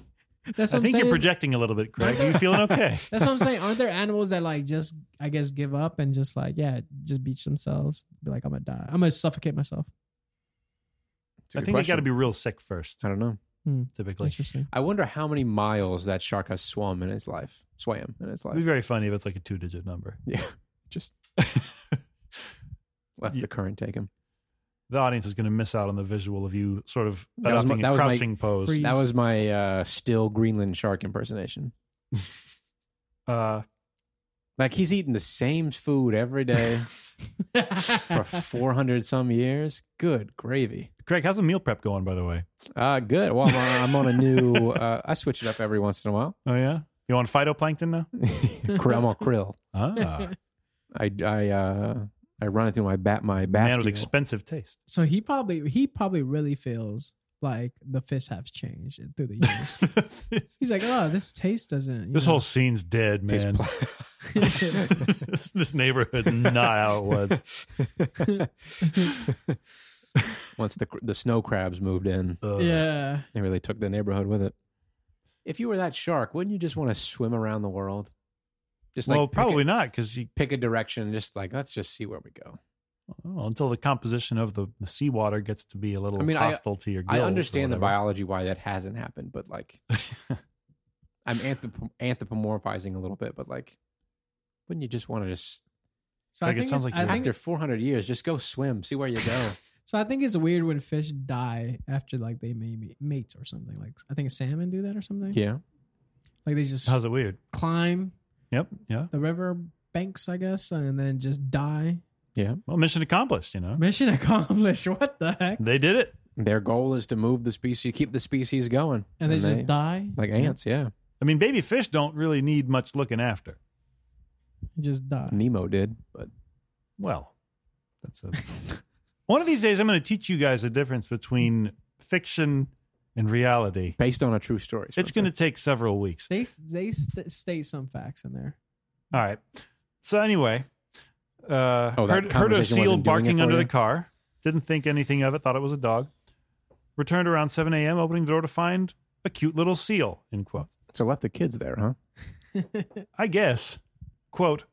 what
I
I'm
think
saying.
you're projecting a little bit, Greg. Are you feeling okay?
That's what I'm saying. Aren't there animals that like just, I guess, give up and just like, yeah, just beach themselves? Be like, I'm gonna die. I'm gonna suffocate myself.
It's a
I
good
think they got to
question.
be real sick first,
I don't know.
typically.
Interesting.
I wonder how many miles that shark has swum in its life. Swam in its
It'd be
life.
very funny if it's like a two digit number.
Yeah. Just let
You-
the current take him.
The audience is going to miss out on the visual of you sort of
That was my-
adopting
that
a
was my-
crouching pose.
Freeze.
That was my uh, still Greenland shark impersonation.
Uh,
Like he's eating the same food every day for 400 some years. Good gravy.
Greg, how's the meal prep going, by the way?
Uh, good. Well, I'm on, I'm on a new, uh, I switch it up every once in a while.
Oh, yeah? You on phytoplankton now?
Krill- I'm on krill.
Ah,
I, I, uh, I run it through my bat, my
man with
basket.
expensive taste.
so he probably he probably really feels like the fish have changed through the years.
this
He's like, oh, this taste doesn't. you know."
whole scene's dead,
Tastes
man. this, this neighborhood's not how it was.
Once the cr- the snow crabs moved in,
Ugh.
yeah.
they really took the neighborhood with it. If you were that shark, wouldn't you just want to swim around the world? Just like
well,
pick
probably
a,
not because you
pick a direction. Just like let's just see where we go.
well, until the composition of the, the seawater gets to be a little
I mean, I-
hostile to your.
I
gills or
understand the
whatever.
biology why that hasn't happened, but like I'm anthrop- anthropomorphizing a little bit, but like wouldn't you just want to just
So
Like, it
I think
sounds
it's-
like
I
you're-
think,
after 400 years just go swim, see where you go.
so. I think it's weird when fish die after like they maybe mates or something. Like I think salmon do that or something.
yeah.
Like they just
How's it weird?
climb
Yep. Yeah.
the river banks, I guess, and then just die.
Well, mission accomplished. You know,
Mission accomplished. What the heck?
they did it.
Their goal is to move the species, keep the species going.
And they just die.
like ants, yeah.
I mean, baby fish don't really need much looking after.
Just die.
Nemo did, but
Well, that's a. One of these days, I'm going to teach you guys the difference between fiction and reality.
based on a true story. is what
It's
I'm
going to take several weeks.
They they st- state some facts in there.
All right. So anyway, uh,
Oh,
heard,
that
heard a
conversation wasn't
seal
doing it
barking
for
under
you?
the car. Didn't think anything of it. Thought it was a dog. Returned around 7 a.m., opening the door to find a cute little seal. In quotes,
saying. So left the kids there, huh?
I guess. Quote.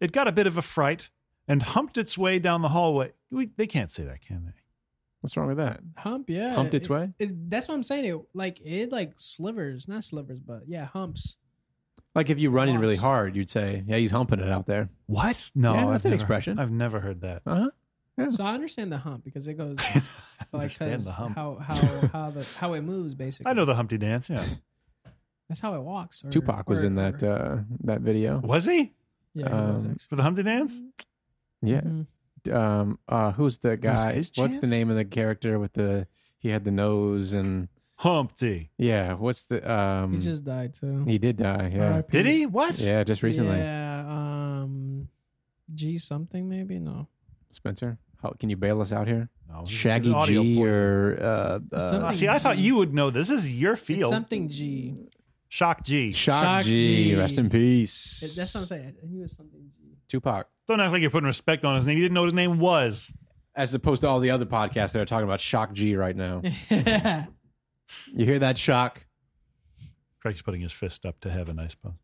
It got a bit of a fright and humped its way down the hallway. We, they can't say that, can they?
What's wrong with that?
Hump, yeah.
Humped its
It-
way?
it- that's what I'm saying. It like it like slivers, not slivers, but yeah, humps.
Like if you run in really
Boss.
hard, you'd say, "Yeah, he's humping it out there."
What? No,
Yeah,
I've
that's an
never-
expression.
I've never heard that.
Uh huh. Yeah.
So I understand the hump because it goes like
Understand
says
the hump.
how how how the how it moves basically.
I know the Humpty Dance. Yeah,
that's how it walks. or-
Tupac was
or-
in that
or-
uh, that video.
was he
yeah, it was
um,
actually.
for the Humpty Dance?
Yeah.
Mhm.
Um. Uh. Who's the guy?
his
What's the
chance?
name of the character with the? He had the nose and
Humpty.
yeah. What's the? Um.
He just died too.
he did die. Yeah.
RIP.
Did he? What?
Yeah. Just recently,
Yeah. Um, G something maybe no.
Spencer. How can you bail us out here?
No, this is
Shaggy
an audio
G
portal.
or uh,
Some-
uh
Ah, see, I thought you would know this. This is your
It's
field.
something G.
Shock G.
Shock,
Shock
G.
G.
Rest in peace.
It- That's what I'm saying. He was something G.
Tupac.
Don't act like you're putting respect on his name. You didn't know what his name was.
As opposed to all the other podcasts that are talking about Shock G right now.
yeah.
you hear that shock?
Craig's putting his fist up to heaven, I suppose.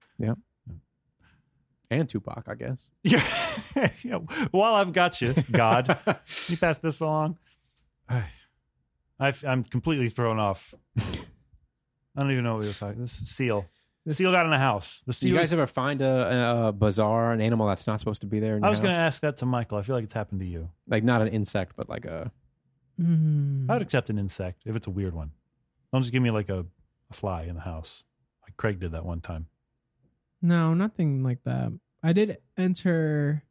And Tupac, I guess.
Yeah. yeah. While I've got you, God, can you pass this along? I- I've, I'm completely thrown off. I don't even know what we were talking. This is seal.
This-
seal got in a house. The
Do you
seal.
guys ever find a, a bazaar, an animal that's not supposed to be there? In
I
your
was going to
house? Mm-hmm.
ask that to Michael. I feel like it's happened to you.
like not an insect, but like a
Mm.
I would accept an insect if it's a weird one. Don't just give me like a, a fly in the house. Like Craig did that one time.
No, nothing like that. I did enter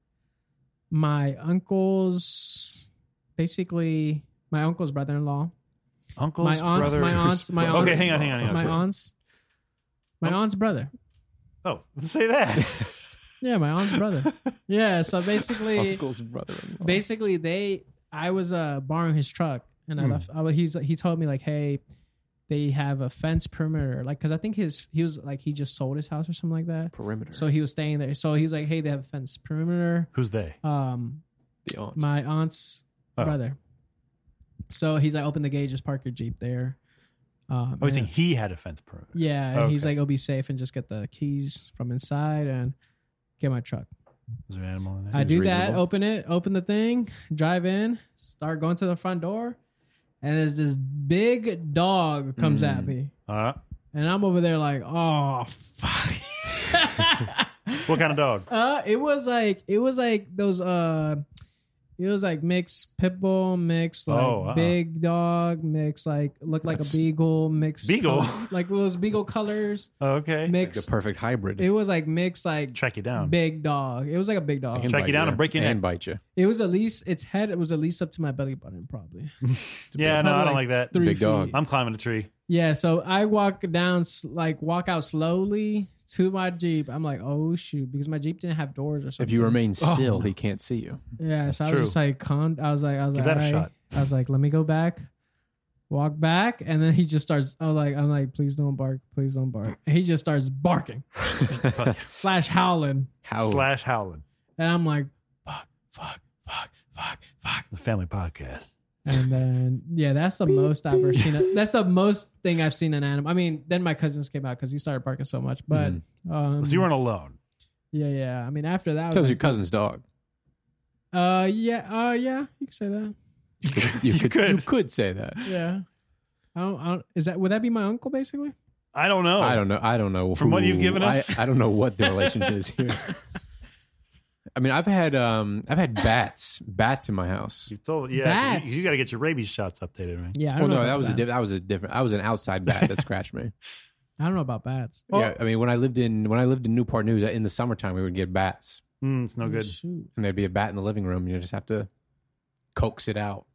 my uncle's, basically my uncle's brother-in-law,
Uncle's
my aunt's,
brother.
my aunt's, my aunt's,
Okay, hang on, hang on, hang on.
my aunt's, my
Um,
aunt's brother.
Oh, say that.
Yeah, my aunt's brother. Yeah, so basically,
Uncle's brother-in-law.
basically they, I was uh borrowing his truck, and I
Hmm.
left. I, was- he's he told me like, hey, they have a fence perimeter, like because I think his he was like he just sold his house or something like that.
perimeter.
So he was staying there. So he was like, hey, they have a fence perimeter.
Who's they?
Um,
the aunt.
my aunt's
Oh.
brother. So he's like, open the gate, just park your jeep there. Um,
Oh, he's
and-
saying he had a fence perimeter.
yeah, and he's
Okay.
like, "It'll be safe, and just get the keys from inside and get my truck."
Is there an animal in there?
I
Seems
do that,
reasonable.
open it, open the thing, drive in, start going to the front door, and there's this big dog comes at
Mm.
me,
Uh,
and I'm over there like, "Oh fuck!"
what kind of dog?
Uh, it was like it was like those uh, it was like mixed pit bull, mixed like
Oh, uh-uh.
big dog, mixed like looked like
That's-
a beagle, mixed
Beagle?
color- like those beagle colors,
Okay.
Like the
mixed.
perfect hybrid.
It was like mixed like
Track you down.
big dog. It was like a big
They
dog.
can
Track
bite
you down and break your
and
neck.
bite you.
It was at least its head. It was at least up to my belly button, probably
yeah, no, I don't
like
like that.
three
Big
feet.
dog.
I'm climbing a tree.
Yeah, so I walk down, s- like walk out slowly to my jeep. I'm like, oh shoot, because my jeep didn't have doors or something.
If you remain
Oh.
still, he can't see you.
Yeah, so I
That's
was just
true.
like, calm. I was like, I was
Give
like,
that a
alright. I was like, let me go back, walk back, and then he just starts. I was like, I'm like, please don't bark, please don't bark. And he just starts barking slash howling,
How?
Slash Howland,
and I'm like, fuck, fuck, fuck, fuck, fuck.
the family podcast.
And then yeah, that's the most I've ever seen. A, that's the most thing I've seen an animal. I mean, then my cousins came out because he started barking so much, but um,
So you weren't alone.
yeah, yeah. I mean, after that, I
That was
was
your cousin's dog.
like, uh, yeah, uh, yeah, you can say that.
You could,
You could.
you could say that.
Yeah. I don't, I don't, is that would that be my uncle basically?
I don't know.
I don't know. I don't know.
Oh. From what you've given
I-
us?
I, don't know what the relationship is here. I mean, I've had um, I've had bats, bats in my house.
You told yeah. 'cause
Bats.
You, got to get your rabies shots updated, man.
Yeah, I
Well,
don't
no,
know.
that
about
was a diff- that was a different. I was an outside bat that scratched me.
I don't know about bats.
Yeah, I mean, when I lived in when I lived in Newpart News in the summertime, we would get bats,
Mm, it's no good.
Oh, Shoot.
and there'd be a bat in the living room. and You just have to coax it out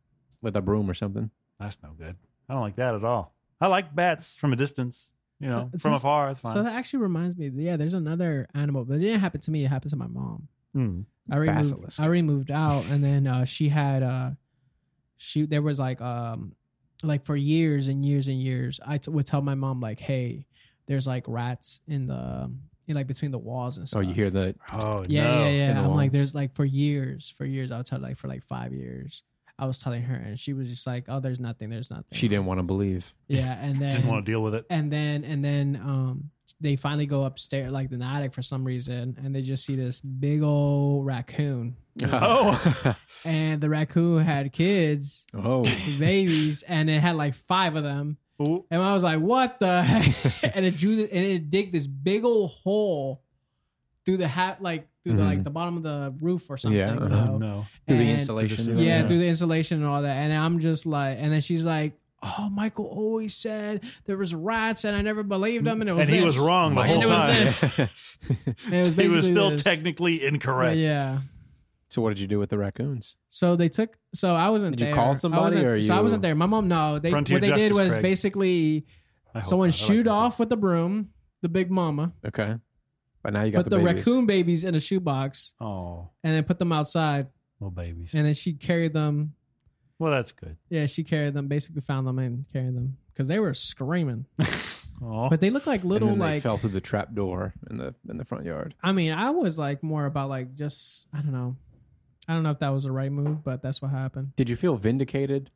with a broom or something.
That's no good. I don't like that at all. I like bats from a distance. You know,
So-
from
so-
afar, it's fine.
So that actually reminds me. Yeah, there's another animal, but it didn't happen to me. It happened to my mom.
Mm.
I already moved,
Basilisk.
I already moved out, and then uh, she had uh, she there was like um like for years and years and years, I t- would tell my mom like, hey, there's like rats in the in like between the walls and
So
stuff.
you hear the
Oh
Yeah,
no.
yeah, yeah.
in the
I'm
lungs.
like, there's like for years, for years. I was tell like for like five years. I was telling her, and she was just like, "Oh, there's nothing. There's nothing."
she didn't want to believe.
Yeah, and then
Didn't want to deal with it.
and then and then um they finally go upstairs like in the attic for some reason, and they just see this big old raccoon,
Oh.
and the raccoon had kids,
oh,
babies, and it had like five of them.
Oh. Ooh.
And I was like, "What the?" heck? and it drew the, and it dig this big old hole through the hat, like through the,
Mhm.
like the bottom of the roof or something.
Yeah,
you
uh-huh.
know?
Oh no.
through the
And-
insulation.
Yeah.
yeah, through the insulation and all that. And I'm just like, and then she's like, "Oh, Michael always said there was rats, and I never believed him, and it was
and he
this."
was wrong the
And
whole
it was
time.
this. And it was
he was
basically
still
this.
technically incorrect.
Yeah.
so what did you do with the raccoons?
So they took. So I wasn't.
Did you
there.
call
I
somebody
wasn't-
or
So I
you-
wasn't there. My mom. No. They
Frontier
what they did
justice,
was
Craig.
basically
I hope
someone
not. I like
shoot
that.
off with the broom, the big mama,
Okay, but now you got
put the,
babies.
raccoon babies in a shoebox,
Oh,
and then put them outside,
little babies.
and then she carried them.
Well, that's good.
Yeah, she carried them. Basically, found them and carried them because they were screaming.
Oh,
But they look like little
and then they
like
fell through the trap door in the in the front yard.
I mean, I was like more about like just I don't know. I don't know if that was the right move, but that's what happened.
Did you feel vindicated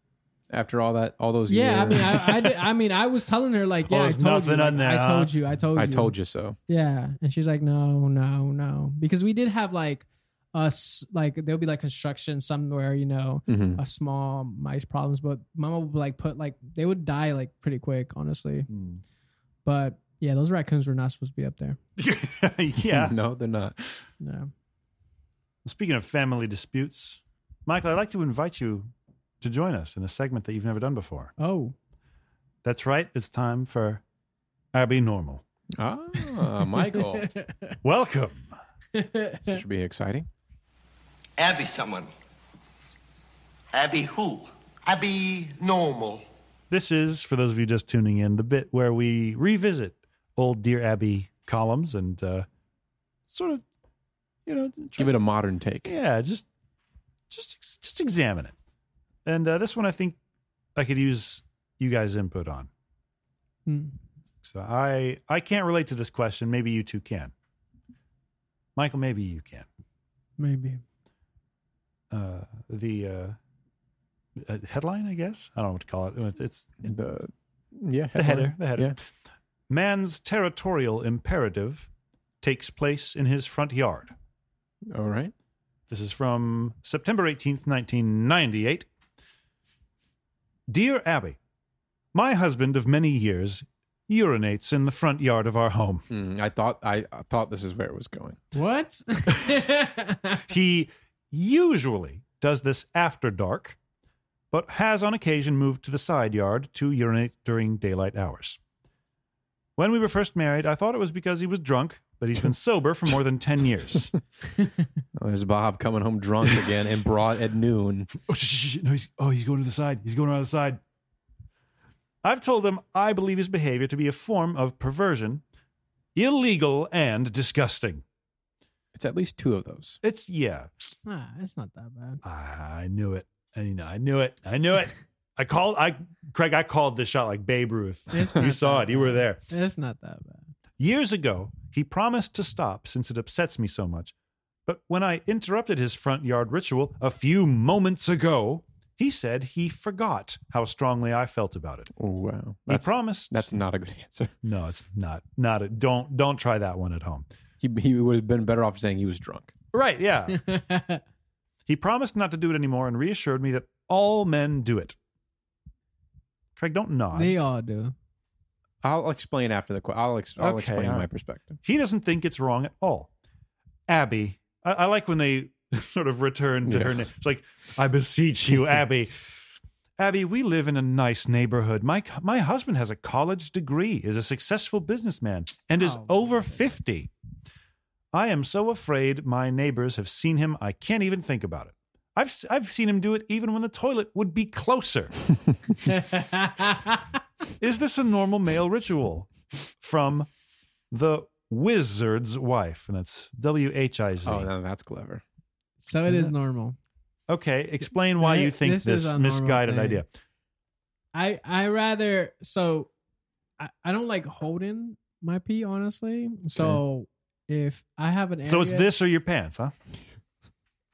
after all that all those years?
Yeah, I mean, I, I, did, I mean, I was telling her like,
Oh,
yeah, I
there's
told you,
nothing
like,
on there,
I
huh?
told you, I told you,
I told you so.
Yeah, and she's like, no, no, no, because we did have like us like there'll be like construction somewhere, you know,
Mm-hmm.
a small mice problems, but Mama would like put like they would die like pretty quick, honestly. But yeah, those raccoons were not supposed to be up there.
yeah.
No, they're not.
No.
Speaking of family disputes, Michael, I'd like to invite you to join us in a segment that you've never done before.
Oh,
That's right. It's time for Abby Normal.
Ah, Michael.
Welcome.
this should be exciting.
Abby someone. Abby who? Abby normal.
This is, for those of you just tuning in, the bit where we revisit old Dear Abby columns and uh, sort of, you know, try-
Give it a modern take.
yeah, just just ex- just examine it. And uh, this one, I think I could use you guys' input on.
Hmm.
So I I can't relate to this question. Maybe you two can. Michael, maybe you can.
maybe.
Uh, the uh, uh, headline, I guess. I don't know what to call it. It's, it's
The yeah
the header.
headline.
The header. Man's territorial imperative takes place in his front yard.
Yeah. All right.
This is from September 18th, 1998. Dear Abby, my husband of many years urinates in the front yard of our home.
Mm, I thought I, I thought this is where it was going.
What?
He usually does this after dark, but has on occasion moved to the side yard to urinate during daylight hours. When we were first married, I thought it was because he was drunk, but he's been sober for more than 10 years.
Oh, there's Bob coming home drunk again and broad at noon.
Oh, sh- sh- sh- no, he's, oh, he's going to the side. He's going around the side. I've told him I believe his behavior to be a form of perversion, illegal and disgusting.
It's at least two of those.
It's, yeah,
nah, it's not that bad.
I knew it. I, you know, I knew it. I knew it. I called, I, Craig, I called this shot like Babe Ruth.
It's
You
not
saw
that
it. You were there.
It's not that bad.
Years ago, he promised to stop since it upsets me so much. But when I interrupted his front yard ritual a few moments ago, he said he forgot how strongly I felt about it.
Oh, wow. That's,
he promised.
that's not a good answer.
no, it's not. Not a, don't don't try that one at home.
He, he would have been better off saying he was drunk.
Right? Yeah. he promised not to do it anymore and reassured me that all men do it. Craig, don't nod.
They all do.
I'll explain after the question. I'll, ex- I'll
Okay,
explain
all
my
right.
perspective.
he doesn't think it's wrong at all. Abby, I, I like when they sort of return to her
Yeah.
name. It's like, I beseech you, Abby. Abby, we live in a nice neighborhood. My my husband has a college degree, is a successful businessman, and is
Oh,
over fifty. I am so afraid my neighbors have seen him. I can't even think about it. I've s- I've seen him do it even when the toilet would be closer. Is this a normal male ritual? From the wizard's wife, and that's W H I Z.
Oh, no, that's clever.
so it is normal.
Okay, explain why you
Th-
think this,
this is a normal
misguided
thing.
idea.
I I rather so I, I don't like holding my pee honestly. So if I have an area,
So it's this or your pants, huh?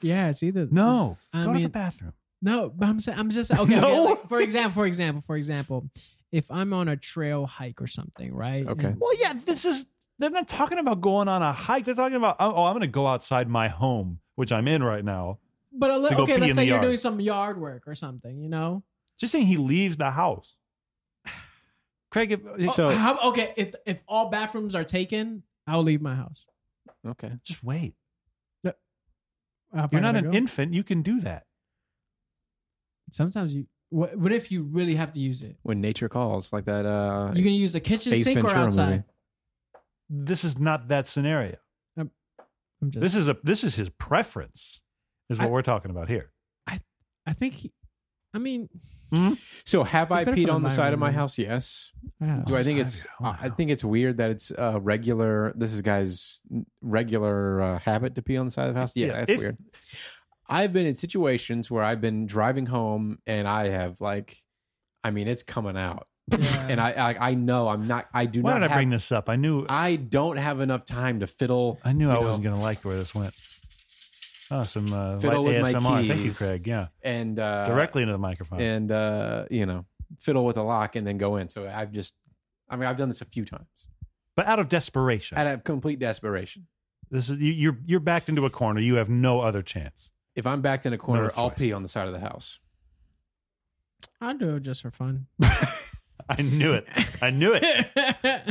Yeah, it's either
No,
Mm-hmm. I
go to the
mean-
bathroom.
No, but I'm saying I'm just okay. okay,
No.
like, for example, for example, for example, if I'm on a trail hike or something, right?
Okay.
and-
Well, yeah, this is. They're not talking about going on a hike. They're talking about oh, I'm going to go outside my home, which I'm in right now.
but a
To
li-
go
okay,
pee
let's
in
say
the
you're
yard.
doing some yard work or something, you know.
Just saying, he leaves the house. Craig, if,
So-
Oh, how- okay, if if all bathrooms are taken, I'll leave my house.
Okay.
just wait.
I'll
You're
probably
not an
go.
infant. You can do that.
Sometimes you. What, what if you really have to use it?
When nature calls, like that. Uh,
You can use the kitchen
Ace
sink
Ventura
or outside.
movie.
This is not that scenario.
I'm just.
This is a this is his preference. Is what
I-
we're talking about here.
I think. He, I mean,
so have I
better for
peed
the
on the side of my
environment.
house? Yes.
I have-
Do I think
side
it's?
of your
I
house.
I think it's weird that it's uh, regular. This is guy's regular uh, habit to pee on the side of the house. Yeah,
Yeah,
that's
if-
weird. I've been in situations where I've been driving home and I have like, I mean, it's coming out,
yeah.
and I I, I know I'm not. I do
Why
not.
did I
have,
bring this up? I knew
I don't have enough time to fiddle.
I knew
you
I
know,
wasn't going to like where this went. Oh, some uh, light
Fiddle with my
ASMR. Thank you,
keys.
Craig. Yeah,
and uh,
directly into the microphone.
and uh, you know fiddle with a lock and then go in. So I've just, I mean, I've done this a few times
But out of desperation,
out of complete desperation.
this is you, you're you're backed into a corner. You have no other chance.
If I'm backed in a corner,
Another
I'll
choice.
pee on the side of the house.
I do it just for fun.
I knew it. I knew it.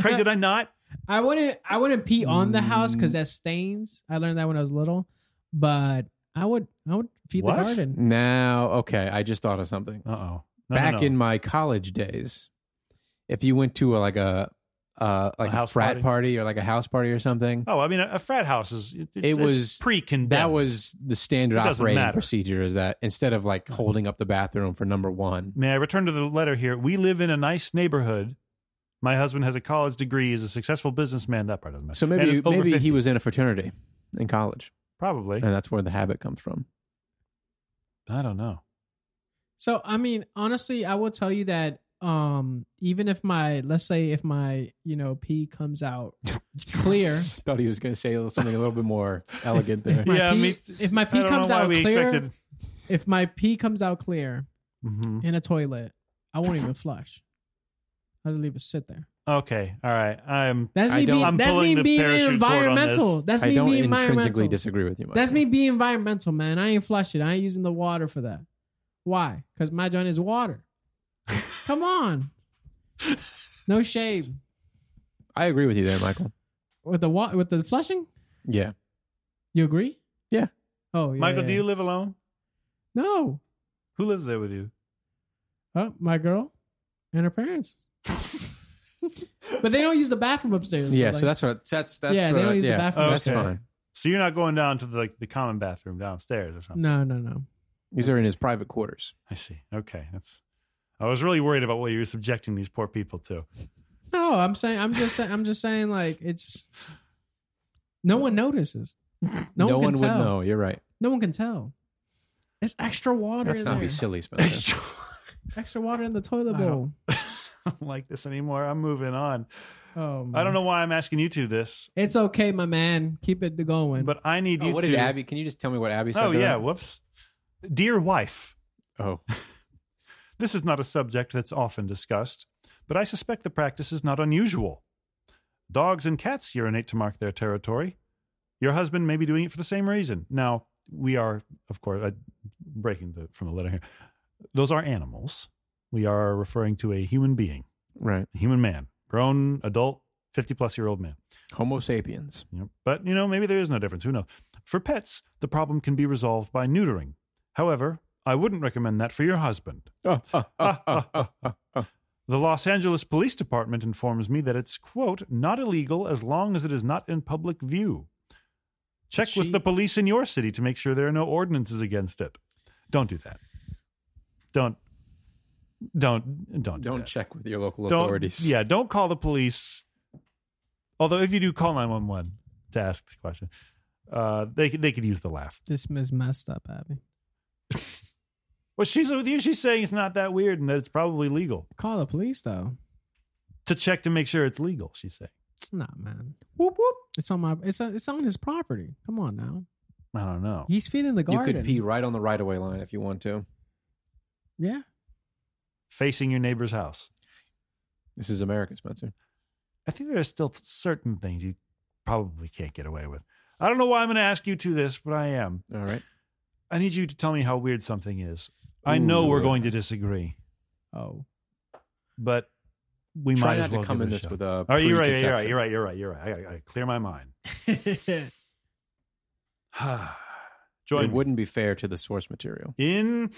Craig, Mm. did I not?
I wouldn't I wouldn't pee on the house because that stains. I learned that when I was little, but I would I would feed
What?
the garden.
Now, okay, I just thought of something.
Uh oh.
Back in my college days, if you went to a, like a uh, like a,
house
frat
party?
party. or like a house party or something,
Oh, I mean, a, a frat house is it, it's,
was-
pre condemned.
that was the standard
It doesn't
operating
matter. Mm-hmm.
procedure. Is that instead of like holding up the bathroom for number one,
May I return to the letter here? We live in a nice neighborhood. My husband has a college degree, is a successful businessman. That part doesn't matter.
so
And
maybe
is over
maybe
50.
he was in a fraternity in college,
probably.
and that's where the habit comes from.
I don't know.
So I mean, honestly, I will tell you that um even if my let's say if my, you know, pee comes out clear.
Thought he was going to say something a little bit more elegant
If
there.
my
Yeah,
pee,
me too.
if my
I
pee
don't
comes
know why
out
we
clear,
expected.
if my pee comes out clear
Mhm.
in a toilet, I won't even flush. I just leave it sit there.
Okay, all right. I'm
That's
I
me
don't-
being
I'm
that's
pulling
me
the
being
parachute cord on
environmental.
this.
That's
I
me
don't
being
intrinsically
environmental.
disagree with you. Mike.
That's me being environmental, man. I ain't flush it. I ain't using the water for that. Why? Because my joint is water. Come on. No shade
I agree with you there, Michael.
with the wa- with the flushing.
Yeah.
You agree?
Yeah.
Oh, yeah,
Michael.
yeah,
Do
yeah.
you live alone?
No.
Who lives there with you?
Oh, my girl and her parents. but they don't use the bathroom upstairs.
yeah,
like-
so that's what that's that's
Yeah, they
what,
don't use the
yeah,
bathroom.
That's
Okay.
fine.
So you're not going down to the, like the common bathroom downstairs or something.
no, no, no.
These are in his private quarters.
I see. Okay, that's. I was really worried about what you were subjecting these poor people to.
No, I'm saying, I'm just, saying, I'm just saying, like it's. No one notices. No,
No,
one,
one
can
would
tell.
know. You're right.
No one can tell. It's extra water
Let's
in
not
there.
be silly, Spencer.
Extra water in the toilet
I don't-
bowl.
I don't like this anymore. I'm moving on.
Oh,
I don't
Mm.
man.
know why I'm asking you to this,
It's okay, my man. Keep it going.
but I need
oh,
you
what
to.
did Abby? Can you just tell me what Abby said?
oh
to
yeah,
that?
whoops. Dear wife,
Oh,
This is not a subject that's often discussed, but I suspect the practice is not unusual. Dogs and cats urinate to mark their territory. Your husband may be doing it for the same reason. Now, we are, of course, uh, breaking the, from the letter here. Those are animals. We are referring to a human being,
right.
a human man, grown, adult, 50 plus year old man.
Homo sapiens.
You know, But, you know, maybe there is no difference. Who knows? For pets, the problem can be resolved by neutering. However, I wouldn't recommend that for your husband.
Oh, oh, oh, oh, oh, oh.
The Los Angeles Police Department informs me that it's, quote, not illegal as long as it is not in public view. Check with
Gee.
the police in your city to make sure there are no ordinances against it. Don't do that. Don't, don't, don't, do
Don't
that.
check with your local
Don't-
authorities.
Yeah, don't call the police. Although, if you do call 911 to ask the question, uh, they, could- they could use the laugh.
this is messed up, Abby.
Well, she's with you. She's saying it's not that weird and that it's probably legal
Call the police though.
to check to make sure it's legal, she's saying.
Nah, man. Whoop whoop. It's on my. It's on, it's on his property. Come on now.
I don't know.
He's feeding the
You
garden.
could pee right on the right of way line if you want to.
Yeah.
Facing your neighbor's house.
This is America, Spencer.
I think there are still certain things you probably can't get away with. I don't know why I'm going to ask you to this, but I am.
All right.
I need you to tell me how weird something is. I know we're
Ooh.
going to disagree,
Oh.
but we
Try
might
not
as well
to come
give it a
in this
shot.
with a.
All right, Oh, you're right. You're right.
preconception.
You're right. You're right. You're right. I gotta, I gotta clear my mind. Join
It wouldn't be fair to the source material.
me. in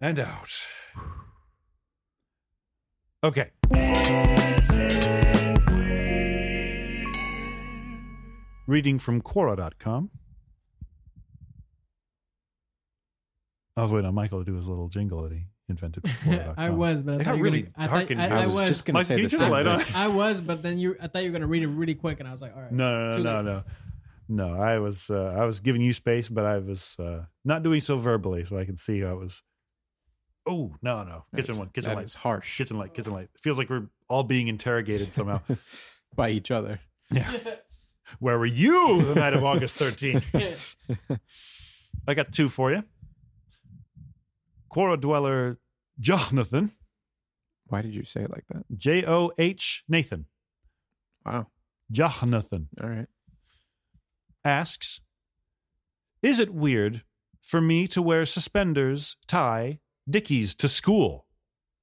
and out. Okay. Reading from Quora.com. I was waiting on Michael to do his little jingle that he invented. for Quora.com.
I was, but I
It
thought
got
you were
really
gonna- I
dark
thought-
in
I,
here.
I,
I was
was
just going to
Mike,
say
can you
the
turn the
same
light
thing.
on?
I was, but then you. I thought you were gonna read it really quick, and I was like, all right.
No, no,
too
no,
late.
no, no. No, I was uh, I was giving you space, but I was uh, not doing so verbally, so I can see I was. Oh no, no, kitchen
That's-
one, kitchen
that
light,
is harsh
kitchen light, kitchen light. feels like we're all being interrogated somehow.
by each other.
Where were you the night of August 13th? I got two for you. Quora dweller Jonathan
Why did you say it like that?
J O H Nathan
Wow.
Jonathan
All right.
asks Is it weird for me to wear suspenders, tie, dickies to school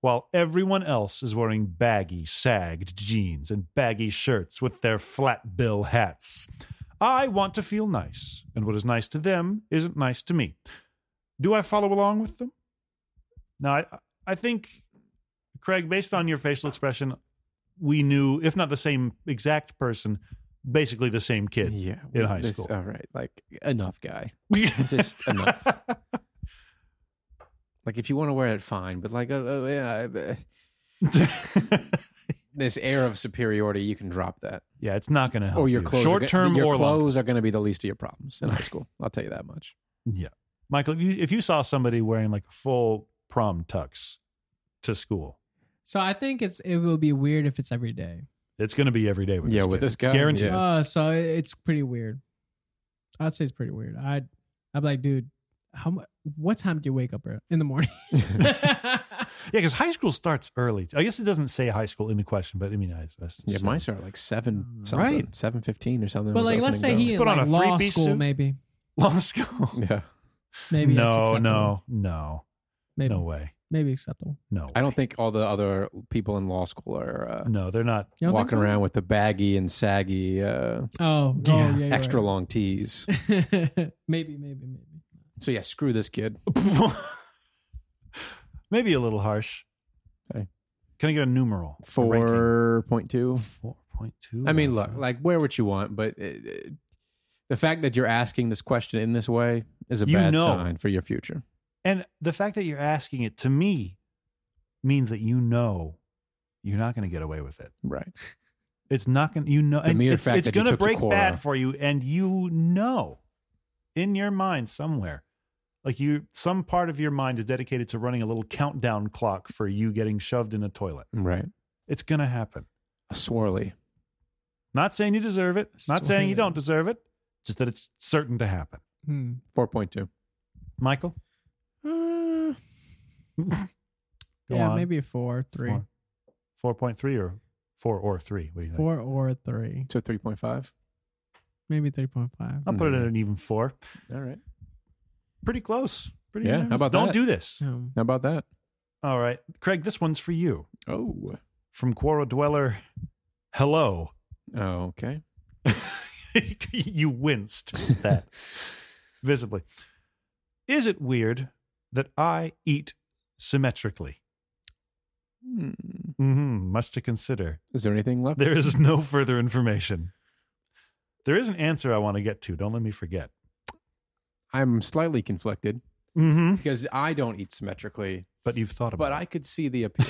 while everyone else is wearing baggy, sagged jeans and baggy shirts with their flat bill hats? I want to feel nice, and what is nice to them isn't nice to me. Do I follow along with them? Now, I, I think, Craig, based on your facial expression, we knew, if not the same exact person, basically the same kid.
yeah,
in high
this-
school.
All right, like enough, guy. Just enough. Like if you want to wear it, fine. But like, uh, uh, yeah, uh, this air of superiority, you can drop that.
yeah, it's not going to help.
Or Oh, your
you.
clothes, are
short
gonna-
term
your
or long
clothes are going to be the least of your problems in high school. I'll tell you that much.
Yeah. Michael, if you, if you saw somebody wearing like a full prom tux to school,
So I think it's it will be weird if it's every day.
it's going to be every day with
yeah,
this
with
kid.
this guy,
Guaranteed.
yeah.
Uh, so it- it's pretty weird. I'd say it's pretty weird. I'd I'd be like, dude, how mu- what time do you wake up bro? in the morning?
Yeah, because high school starts early. I guess it doesn't say high school in the question, but I mean, I, I
Yeah, mine started at, like seven,
Right.
something, seven fifteen or something.
but
was
like, let's say
opening
he
Just
in
put on
like,
a
law
three-piece
school,
suit.
maybe,
law school.
bell. Yeah,
maybe. that's
no,
acceptable.
no, no,
maybe,
no way,
maybe acceptable.
no.
I
way.
don't think all the other people in law school are uh,
No, they're not.
You don't think
walking
so?
around with the baggy and saggy, uh,
Oh, oh,
Yeah.
yeah, you're
extra
right.
long tees.
maybe, maybe, maybe.
so yeah, screw this kid.
Maybe a little harsh.
Okay.
Can I get a numeral? A ranking?
Four point two.
Four point two.
I mean, look,
five.
like wear what you want, but it, it- the fact that you're asking this question in this way is a
You
bad
know.
sign for your future.
And the fact that you're asking it to me means that you know you're not going to get away with it.
Right.
It's not going to, you know,
The
and
mere
it's,
fact
it's
that you
going to
took to
break
Quora.
bad for you. And you know in your mind somewhere, like you, some part of your mind is dedicated to running a little countdown clock for you getting shoved in a toilet.
Right.
It's going to happen.
A swirly.
Not saying you deserve it, not saying you don't deserve it, just that it's certain to happen.
Hmm.
Four point two.
Michael?
Uh,
Go
yeah,
on.
maybe four, three,
Four. 4.3 or 4 or 3. What do you think?
four or three,
So three point five.
maybe three point five.
I'll put it
Hmm.
at an even 4.
All right.
pretty close. Pretty
Yeah, how
unanimous.
about
Don't
that?
do this.
Um,
How about that?
All right, Craig, this one's for you
Oh.
from Quora Dweller. Hello,
Oh, okay.
you winced at that visibly. Is it weird that I eat symmetrically?
Hmm.
hmm much to consider.
Is there anything left?
There is no further information. There is an answer I want to get to. Don't let me forget.
I'm slightly conflicted
hmm
because I don't eat symmetrically,
But you've thought about
but I could see the appeal.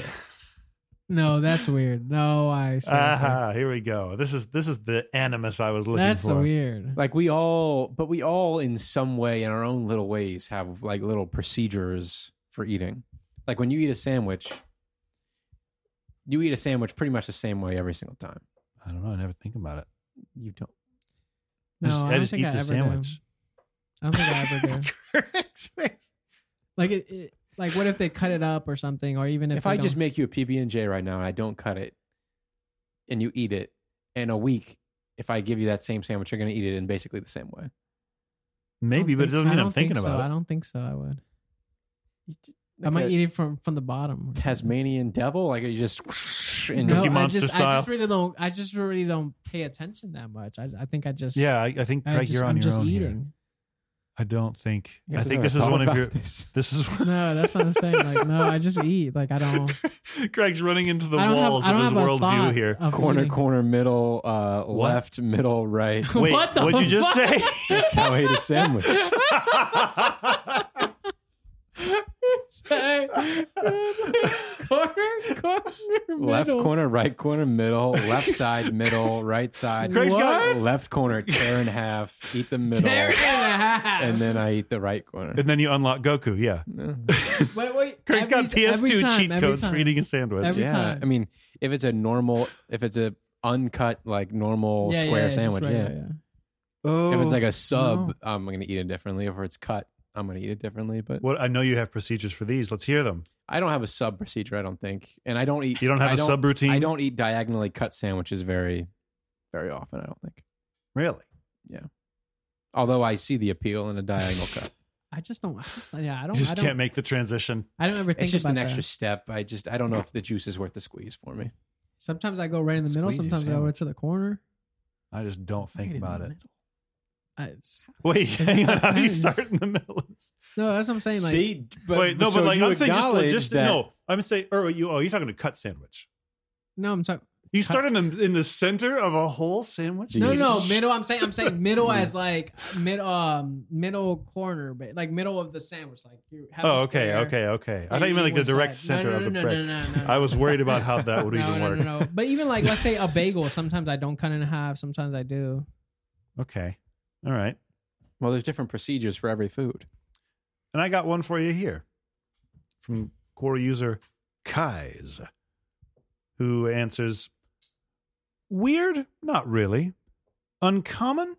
no, that's weird. No, I.
it.
see.
Ah, here we go. This is this is the animus I was looking
that's
for.
weird.
like we all, but we all in some way, in our own little ways, have like little procedures for eating. Like when you eat a sandwich, you eat a sandwich pretty much the same way every single time.
I don't know. I never think about it.
You don't.
I
No,
just,
I
I
don't
just
think
eat
I
the
ever
sandwich.
do. I don't think I ever do. Like it, it, like what if they cut it up or something, or even if,
If,
they
I just
don't-
make you a PB and J right now and I don't cut it, and you eat it, in a week, if I give you that same sandwich, you're going to eat it in basically the same way.
I don't
Maybe, but it
think-
doesn't
I
mean
don't
I'm
think
thinking
so. I
about it.
don't think so. I would. I might eat it from from the bottom. or something.
Tasmanian devil? Like you just and
Cookie
No, I
Monster
just, I
style.
just really don't. I just really don't pay attention that much. I, I think I just.
Yeah, I, I think
I
Craig,
just,
you're on
I'm
your
just
own here.
eating.
I don't think.
You
I
guys have
think
never
this is
thought
one of
about
your.
this.
This is
No, that's what I'm saying. Like, no, I just eat. Like, I don't.
Craig's running into the
I don't
walls
have, I
of
don't
his
have a
worldview
thought
here.
of
corner,
eating.
corner, middle, uh, left, middle, right.
Wait,
What the
would you just
fuck?
say?
That's how I ate a sandwich.
Say, corner, corner,
Left
middle.
corner, right corner, middle, left side, middle, right side.
Craig's got-
What?
Left corner, tear in half, eat the middle,
Tear it in half.
and then I eat the right corner.
and then you unlock Goku. Yeah,
wait, wait.
Craig's
every-
got PS2
every time,
cheat
every
codes for
time.
eating a sandwich.
Every-
yeah,
time.
I mean, if it's a normal, if it's a uncut, like normal
Yeah, yeah,
square
yeah, just
sandwich,
right,
yeah.
oh,
If it's like a sub, I'm gonna eat it differently. If it's cut, I'm gonna eat it differently. But
what? I know you have procedures for these. Let's hear them.
I don't have a sub procedure. I don't think, and I don't eat.
You don't have
a
a subroutine.
I don't eat diagonally cut sandwiches very, very often. I don't think.
really.
Although I see the appeal in a diagonal cut.
I just don't. I just, yeah, I don't.
You just
I don't,
can't make the transition.
I don't ever think
It's just
about
an extra
that.
step. I just I don't know if the juice is worth the squeeze for me.
Sometimes I go right in the middle.
Squeeze your
Sometimes I go
sandwich.
right to the corner.
I just don't think about it.
Uh, it's-
Wait, hang on. How do you start in the middle? of this?
no, that's what I'm saying. Like,
See, but,
Wait, no,
so
but like
you
I'm saying, just
acknowledge
logistic.
that-
No, I'm saying, or you, oh, you're talking to cut sandwich.
no, I'm talking.
You start in the in the center of a whole sandwich.
No,
Jeez.
no, middle. I'm saying, I'm saying middle as like mid, um, middle corner, but like middle of the sandwich. Like you have.
Oh,
a
okay,
square,
okay, okay. I
and
thought you
you
meant
eat
like the
one
direct
side.
center
No, no, no,
of the
no,
bread.
no, no, no,
I was worried about how that would
No,
even
no,
work.
no, no. But even like, let's say a bagel. Sometimes I don't cut it in half. Sometimes I do.
Okay, all right.
Well, there's different procedures for every food.
And I got one for you here from core user Kai's, who answers Weird? Not really. Uncommon?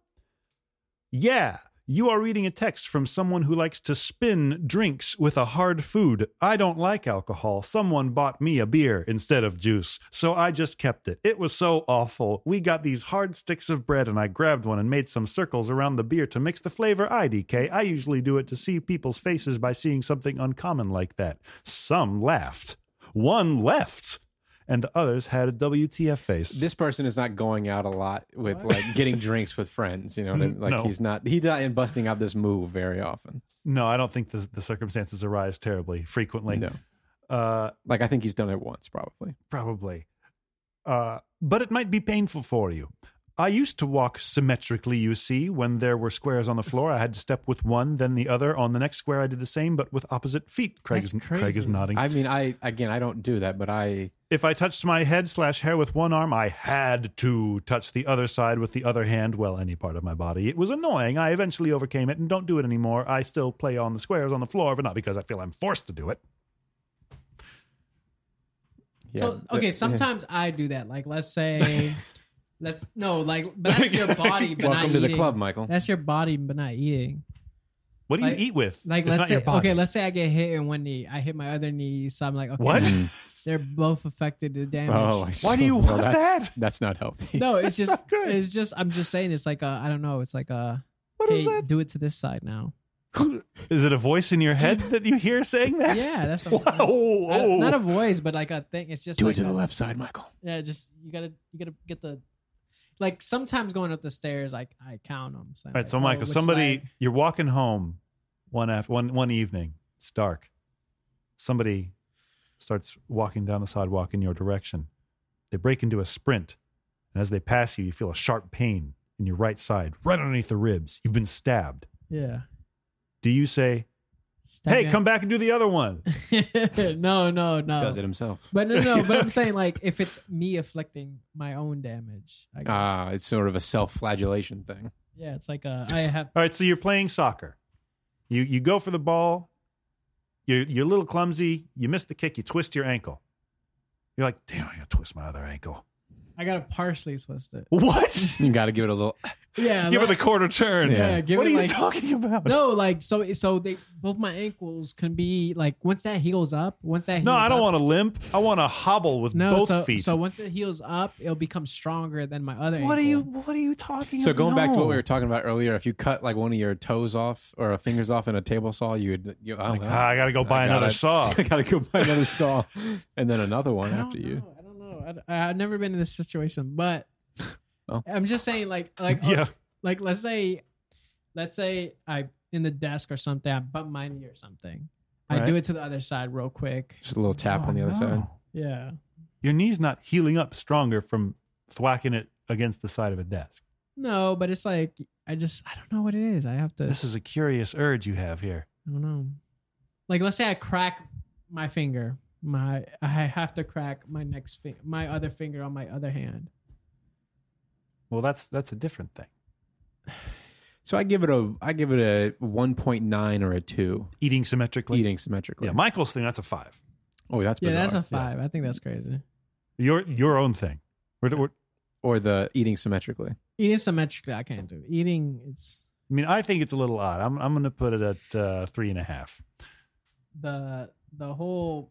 Yeah, you are reading a text from someone who likes to spin drinks with a hard food. I don't like alcohol. Someone bought me a beer instead of juice, so I just kept it. It was so awful. We got these hard sticks of bread, and I grabbed one and made some circles around the beer to mix the flavor. IDK. I usually do it to see people's faces by seeing something uncommon like that. Some laughed. One left. And the others had a WTF face.
This person is not going out a lot with like getting drinks with friends. You know, what
Mm,
I mean? like
No.
he's not he's not in busting out this move very often.
No, I don't think the, the circumstances arise terribly frequently.
no,
Uh,
like I think he's done it once probably.
probably. Uh, but it might be painful for you. I used to walk symmetrically, you see. When there were squares on the floor, I had to step with one, then the other. On the next square, I did the same, but with opposite feet. Craig, is,
That's
Craig is
crazy.
nodding.
I mean, I again, I don't do that, but I
if I touched my head slash hair with one arm, I had to touch the other side with the other hand, well, any part of my body. It was annoying. I eventually overcame it and don't do it anymore. I still play on the squares on the floor, but not because I feel I'm forced to do it.
yeah,
so okay, sometimes I do that. Like, let's say, let's no, like, but that's your body, but
Welcome
not
to the
eating.
club, Michael.
That's your body, but not eating.
What do
Like-
you eat with?
Like
It's
let's
not
say
your body.
okay, let's say I get hit in one knee. I hit my other knee, so I'm like, okay,
What?
They're both affected to damage.
Oh, I
Why do
see.
you
Well,
want
that's-
that?
That's not healthy.
no, it's just
not good.
it's just I'm just saying it's like a I don't know, it's like a
What
hey,
is that?
do it to this side now.
Is it a voice in your head that you hear saying that?
Yeah, that's what I'm
Wow.
saying. Not,
oh.
not a voice, but like a thing. It's just
Do
like
it to the
a-
left side, Michael.
Yeah, just you gotta you gotta get the like sometimes going up the stairs, like I count them. So oh,
All right, so Michael, somebody you're walking home one after one one evening. It's dark. Somebody starts walking down the sidewalk in your direction. They break into a sprint, and as they pass you, you feel a sharp pain in your right side, right underneath the ribs. You've been stabbed.
yeah.
Do you say, "Hey, come back and do the other one"?
come. no, no, no.
Oh.
Does it himself.
But no, no. But I'm saying like if it's me afflicting my own damage, I guess.
Ah, it's sort of a self-flagellation thing.
yeah, it's like a, I have.
All right, so you're playing soccer. You you go for the ball. You're you're a little clumsy. You miss the kick. You twist your ankle. You're like, damn, I gotta twist my other ankle.
I gotta partially twist it.
What?
You got to give it a little.
Yeah,
give it
like-
a quarter turn.
Yeah.
yeah. Give
what
it
are you
like,
talking about?
No, like so. So they both my ankles can be like once that heals up. Once that
No,
heals
I don't
up-
want to limp. I want to hobble with
No,
both
so,
feet.
so once it heals up, it'll become stronger than my other.
what are
ankle.
you? What are you talking?
So going back to what
no.
we were talking about earlier, if you cut like one of your toes off or fingers off in a table saw, you would. You, oh, I, don't
Like,
know.
ah, I gotta go buy another
gotta-
saw.
I got to go buy another saw, and then another
I
one
don't
after you.
know, I don't know. I, have never been in this situation, but
Oh.
I'm just saying, like, like, uh,
yeah,
like, let's say, let's say I in the desk or something, I bump my knee or something. I
Right.
do it to the other side real quick.
Just a little tap on the
Oh,
other
no.
side.
Yeah.
Your knee's not healing up stronger from thwacking it against the side of a desk.
No, but it's like I just I don't know what it is. I have to.
This is a curious urge you have here.
I don't know. Like, let's say I crack my finger. My I have to crack my next fi- my other finger on my other hand.
Well, that's that's a different thing.
So I give it a. I give it a one point nine or a two.
Eating symmetrically.
Eating symmetrically.
Yeah, Michael's thing. That's a five.
oh, that's
Yeah,
bizarre.
that's a five. I think that's crazy.
Your your own thing. We're- we're-
Or the eating symmetrically.
Eating symmetrically, I can't do. Eating, it's
I mean, I think it's a little odd. I'm I'm going to put it at uh, three and a half.
the the whole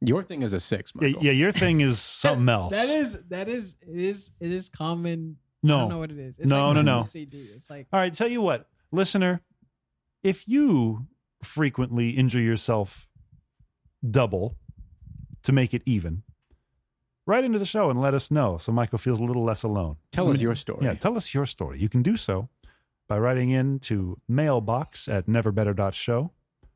Your thing is a six,
Yeah,
Michael.
yeah, your thing is something else.
That is that is it is it is common. I don't know
no.
what it is. It's
No,
like
no,
my
no.
OCD. It's like
All right, tell you what, listener, if you frequently injure yourself double to make it even, write into the show and let us know so Michael feels a little less alone.
Tell us your story.
Yeah, tell us your story. You can do so by writing in to mailbox at neverbetter.show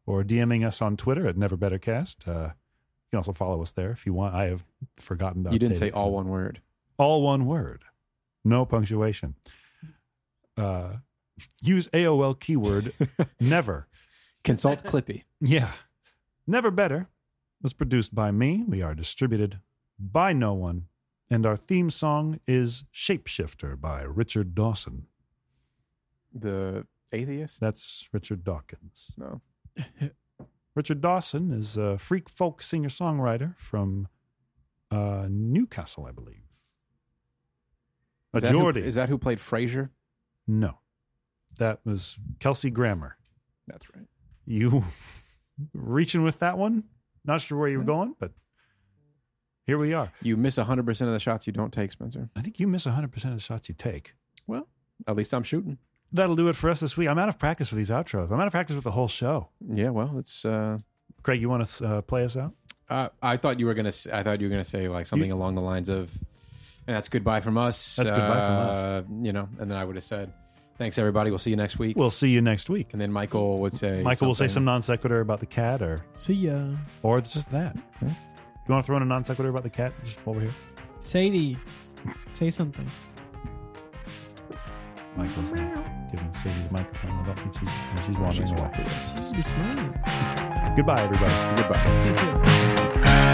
or DMing us on Twitter at neverbettercast. Uh, you can also follow us there if you want. I have forgotten that.
You didn't say all one word.
all one word, no punctuation. Uh, use AOL keyword never.
Consult Clippy.
Yeah. Never Better was produced by me. We are distributed by no one. And our theme song is Shapeshifter by Richard Dawson.
The atheist?
That's Richard Dawkins.
No.
Richard Dawson is a freak folk singer songwriter from uh, Newcastle, I believe. A
Is that who-
Geordie.
Is that who played Frasier?
no. That was Kelsey Grammer.
That's right.
you reaching with that one. Not sure where you were going, but here we are.
You miss 100% of the shots you don't take, Spencer.
I think you miss 100% of the shots you take.
Well, at least I'm shooting.
That'll do it for us this week. I'm out of practice with these outros. I'm out of practice with the whole show.
Yeah, well, it's. Uh,
Craig, you want to uh, play us out?
uh, I thought you were gonna. s- I thought you were gonna say like something along the lines of, "And that's goodbye from us."
That's goodbye from
uh, You know, and then I would have said, "Thanks everybody. We'll see you next week."
We'll see you next week.
and then Michael would say,
Michael will say some
something.
non sequitur about the cat or
See ya.
or just that. Do You want to throw in a non sequitur about the cat just over here?
Sadie, say something.
Michael's there, giving Sadie the microphone about when she's, when she's wandering
She's
away.
walking away.
Just be smiling.
Goodbye, everybody.
Goodbye.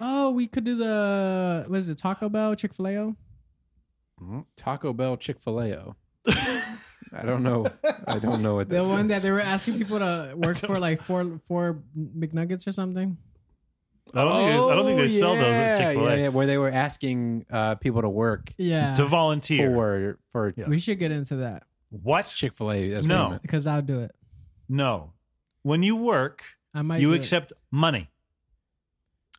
Oh, we could do the what is it? Taco Bell, Chick Fil A.
Taco Bell Chick Fil A. I don't know. I don't know what
The one that they
is.
were asking people to work for like four four McNuggets or something.
I don't, think they, I don't think they sell those at
Oh, Yeah,
Chick fil A.
yeah, where they were asking uh, people to work
Yeah,
To volunteer.
for for
Yeah.
we should get into that
What?
Chick Fil A.
No.
because I'll do it.
No. When you work,
I might.
you
do it.
accept money.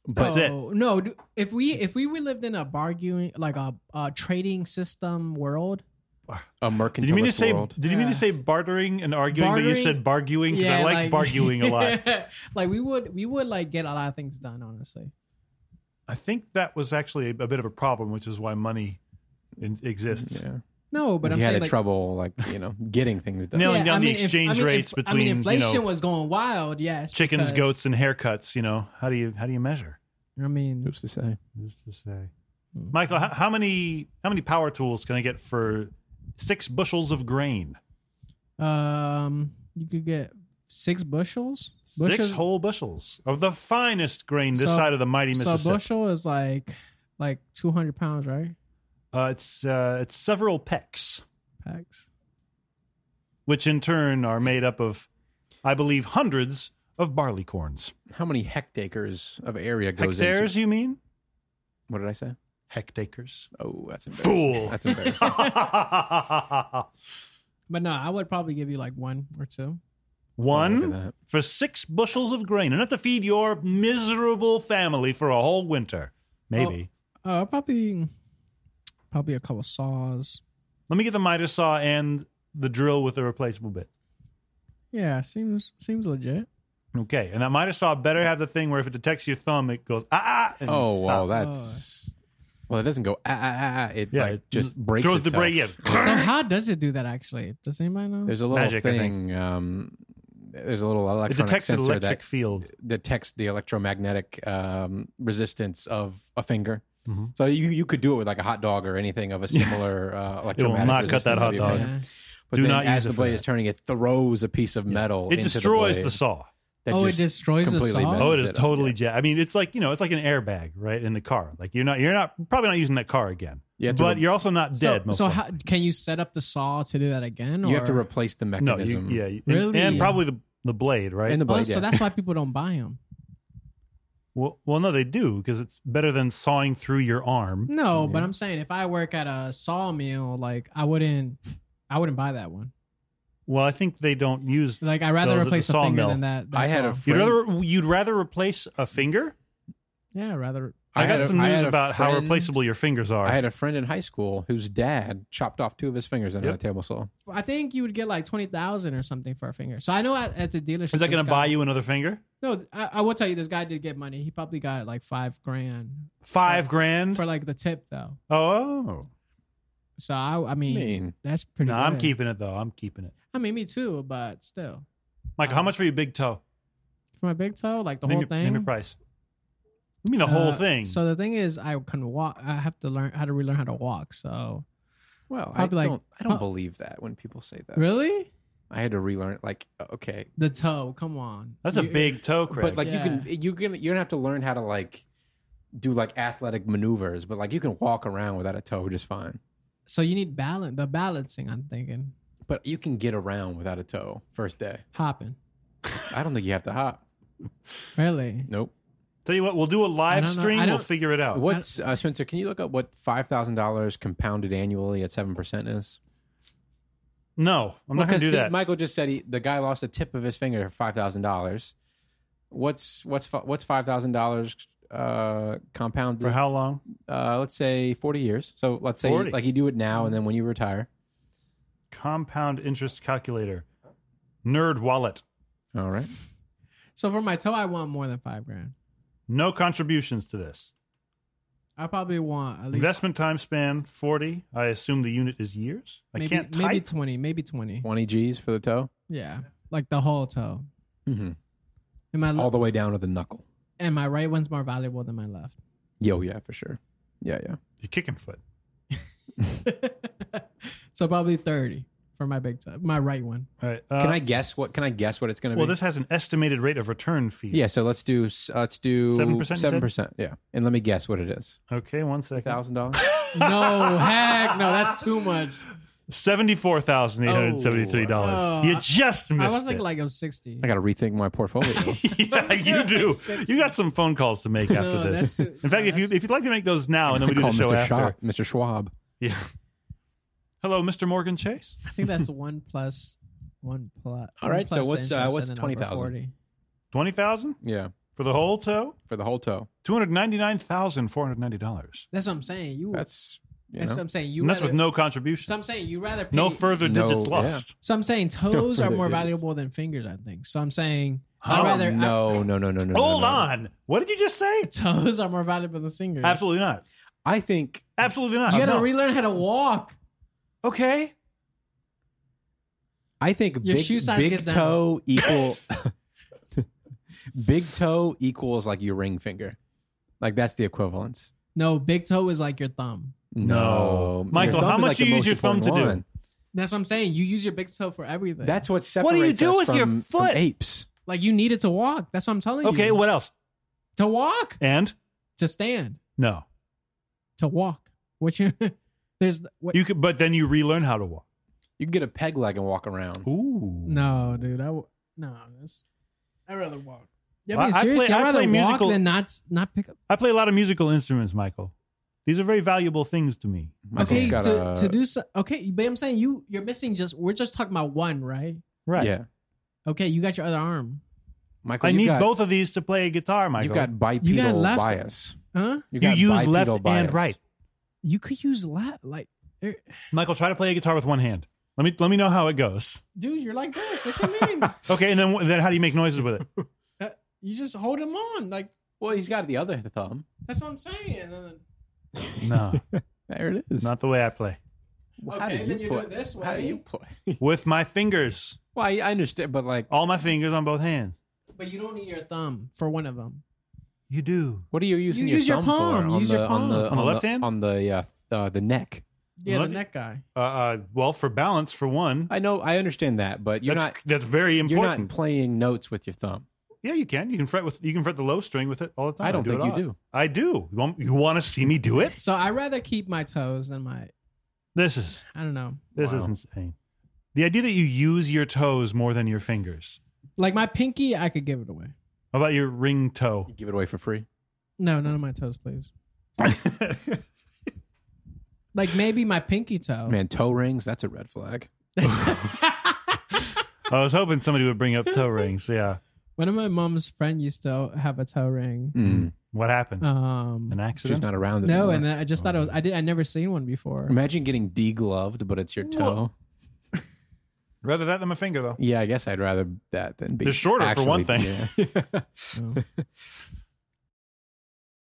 but
That's it.
No, Oh, No, d- if we if we were lived in a bargaining like a, a trading system world,
a
Did you mean to
mercantilist
say?
world.
Did you mean
Yeah.
to say bartering and arguing? But you
Bartering?
said barguing because I like, barguing a lot.
like we would we would like get a lot of things done. Honestly,
I think that was actually a, a bit of a problem, which is why money in, exists.
Yeah.
no, but
But
I'm
he had
saying
a
like,
trouble like you know getting things done.
No. Nailing down the
if-
exchange rates
I
between,
mean,
you
inflation
know,
was going wild. Yes,
Chickens,
because-
goats, and haircuts. You know how do you how do you measure?
I mean,
Who's to say?
Just to say,
Mm-hmm.
Michael, how, how many how many power tools can I get for six bushels of grain?
um, you could get six bushels.
Six
Bushels-
whole bushels of the finest grain this
So-
side of the mighty
So a
Mississippi.
bushel is like like two hundred pounds, right?
uh, it's uh, it's several pecks.
Packs.
which in turn are made up of, I believe, hundreds of barley corns.
How many hectacres of area goes
Hectares,
into?
you mean?
What did I say?
Hectacres.
Oh, that's embarrassing.
Fool.
That's embarrassing.
But no, I would probably give you like one or two.
Look at
One
that.
for six bushels of grain, enough to feed your miserable family for a whole winter. Maybe.
Uh, probably, probably a couple saws.
Let me get the miter saw and the drill with the replaceable bit.
Yeah, seems seems legit.
Okay, and that miter saw better have the thing where if it detects your thumb, it goes ah ah. And
Oh
stops.
wow, that's well. It doesn't go ah ah ah. ah. It
Yeah,
like
it
just breaks.
throws the
itself.
brake. Yeah,
Uh, So how does it do that? Actually, does anybody know?
There's a little
Magic, I think.
thing. Um, there's a little
it
electronic
detects an
sensor
electric field.
that detects the electromagnetic um, resistance of a finger.
Mhm.
So you, you could do it with like a hot dog or anything of a similar uh,
It will
electromagnetic.
not cut
resistance
that
of
hot
your
dog.
finger. But
Do
then
not
as
use it
the
for
blade
that.
is turning, it throws a piece of metal.
It
into
destroys
the,
the,
blade.
saw.
That
oh, it
just
destroys the
completely
saw.
messes
Oh, it is
up,
totally
yeah.
ja I mean, it's like you know, it's like an airbag, right, in the car. Like you're not, you're not probably not using that car again.
You have to
but
re-
you're also not dead.
So,
most
so
likely.
how, can you set up the saw to do that again?
You have to
or-
replace the
no, you,
mechanism.
yeah, you- and- and,
Really?
probably the the blade, right?
And the
Oh,
blade.
so
yeah.
that's why people don't buy them.
well, well, no, they do because it's better than sawing through your arm.
No, but I'm saying if I work at a sawmill, like I wouldn't, I wouldn't buy that one.
Well, I think they don't use.
Like I'd rather
Those at the
replace a
sawmill.
finger than that. that
I had a
saw.
You'd
friend-
rather you'd rather replace a finger.
yeah, I'd rather.
I, got
had a-
some
I
news
had a
about how
friend-
replaceable your fingers are.
I had a friend in high school whose dad chopped off two of his fingers in a
Yep.
table saw.
I think you would get like twenty thousand or something for a finger. So I know at, at the dealership.
is that going
this
to
guy-
buy you another finger?
No, I, I will tell you, this guy did get money. He probably got like five grand
Five grand.
for like the tip though.
oh
So I, I mean,
Mean.
that's pretty.
no, I'm
good.
keeping it though. I'm keeping it.
I mean, me too, but still,
Mike, how much for your big toe?
for my big toe, like the
name
whole
your,
thing.
Name your price. You mean the whole
Uh,
thing?
So the thing is, I can walk. I have to learn how to relearn how to walk. So
Well, I
I'd be like,
don't, I don't
huh.
believe that when people say that.
really,
I had to relearn. Like, okay,
the toe. Come on,
That's a
You-
big toe, Craig.
but like you can, you can, you're gonna have to learn how to like do like athletic maneuvers. But like you can walk around without a toe just fine.
So you need balance. The balancing. I'm thinking
But you can get around without a toe first day.
hopping.
I don't think you have to hop.
Really,
Nope.
Tell you what, we'll do a
I
live
don't know.
stream.
I
We'll
don't-
figure it out.
What's uh, Spencer? Can you look up what five thousand dollars compounded annually at seven percent is?
No, I'm not going
Because
to do
Steve
that.
Michael just said he, the guy lost the tip of his finger for five thousand dollars. What's what's fi- what's five thousand dollars uh, compounded?
For how long?
uh, let's say forty years. So let's say
40.
like you do it now, and then when you retire.
Compound interest calculator. Nerd wallet.
All right.
So for my toe, I want more than five grand.
No contributions to this.
I probably want at least
Investment time span 40. I assume the unit is years. I
maybe
can't type.
maybe twenty, maybe twenty.
Twenty G's for the toe,
Yeah, like the whole toe.
Mhm.
And my
all the way down to the knuckle.
and my right one's more valuable than my left.
Yo, yeah, for sure. Yeah, yeah.
You're kicking foot.
so probably thirty for my big toe, my right one.
All right. Uh,
Can I guess what? Can I guess what it's going to
well,
be?
this has an estimated rate of return fee.
yeah. So let's do s- let's do
7%, you said?
Seven percent. Yeah. And let me guess what it is.
Okay, one second.
Thousand dollars.
No, heck, no, that's too much.
$74,873.
Oh.
you just missed
I was
it.
thinking like I was sixty.
I got to rethink my
Oh,
portfolio.
yeah, you do. You got some phone calls to make after
No,
this.
that's too-
In fact, if you if you'd like to make those now, and then we do
call
the show
Mr.
after.
Schwab, Mr. Schwab.
Yeah. Hello, Mr. Morgan Chase.
I think that's one plus one plus.
All
one
right, so
plus
what's, uh,
interest
what's
and then over
20,000?
40.
Twenty thousand
Yeah,
for the whole toe.
for the whole toe.
Two hundred ninety nine thousand four hundred ninety dollars.
That's what I'm saying. You. That's,
That's you know,
what I'm saying. You.
And that's with
rather-
no contribution.
So I'm saying you rather. Pay,
no further
No,
digits
yeah.
lost.
So I'm saying toes are
further
more
digits.
valuable than fingers. I think. So I'm saying
Huh?
I rather I-
Oh, no, no, no, no, no.
Hold
no, no.
on. What did you just say?
toes are more valuable than fingers.
Absolutely not.
I think
Absolutely not.
You gotta
No.
relearn how to walk.
okay.
I think
Your
big,
shoe size
big
gets down.
toe equal big toe equals like your ring finger. Like that's the equivalence.
No, big toe is like your thumb.
No.
Your
Michael,
thumb
how
is,
much
like, the
you use
most
your thumb
important
to do?
one.
That's what I'm saying. You use your big toe for everything.
That's what separates
What do you do
us
with your
from-
foot?
From apes.
like you need it to walk. That's what I'm telling you.
Okay. What else?
to walk,
And
to stand,
no,
to walk. What you there's what
you could. But then you relearn how to walk.
You can get a peg leg and walk around.
Ooh.
No, dude. I w- no. That's, I'd rather walk. Yeah,
Well,
I mean,
I
seriously,
play-
I'd
I
rather
play
walk
musical-
than not not pick up.
I play a lot of musical instruments, Michael. These are very valuable things to me.
Michael's
okay,
got
to,
a-
to do so. Okay, but I'm saying you you're missing just we're just talking about one, right?
Right.
Yeah.
Okay, you got your other arm,
Michael,
I
you
need
got,
both of these to play a guitar, Michael.
You got bipedal
left-
bias.
huh?
You,
You
got
use
bipedal
left and
bias.
right.
You could use lap, like, er,
Michael, try to play a guitar with one hand. Let me let me know how it goes.
dude, you're like this. What you mean?
Okay, and then then how do you make noises with it?
Uh, you just hold him on, like
Well, he's got the other thumb.
that's what I'm saying. And then,
No,
There it is.
not the way I play.
Well, how
Okay,
do
then
you
you do
play?
it this
How do
way.
you play?
With my fingers,
well, I, I understand, but like,
all my fingers on both hands.
but you don't need your thumb for one of them.
You do.
what are you using
You
your
use your
thumb
palm.
for?
You
on
use
the,
your
on the
On
palm.
the left hand?
on the uh, uh, the neck.
Yeah, the
Let me-
neck guy.
Uh, uh, well, for balance, for one,
I know, I understand that, but you're
that's
not
that's very
you're not
important.
playing notes with your thumb.
yeah, you can. You can fret with you can fret the low string with it all the time.
I don't
do
think
it
you
all-
do.
I do. You want, you want to see me do it?
So I rather keep my toes than my.
This is
I don't know.
this
Wow.
is insane. The idea that you use your toes more than your fingers.
Like my pinky, I could give it away.
How about your ring toe?
You give it away for free.
No, none of my toes, please.
That's
Like maybe my pinky toe.
Man, toe rings, that's a red flag.
I was hoping somebody would bring up toe rings. Yeah.
One of my mom's friend used to have a toe ring.
Mm.
What happened? An
Um,
accident?
She's not around
no,
anymore.
and I just thought it was. I did. I never seen one before.
Imagine getting degloved, but it's your toe.
Rather that than my finger, though.
Yeah, I guess I'd rather that than be.
They're shorter, for one
actually-
thing.
yeah.
No.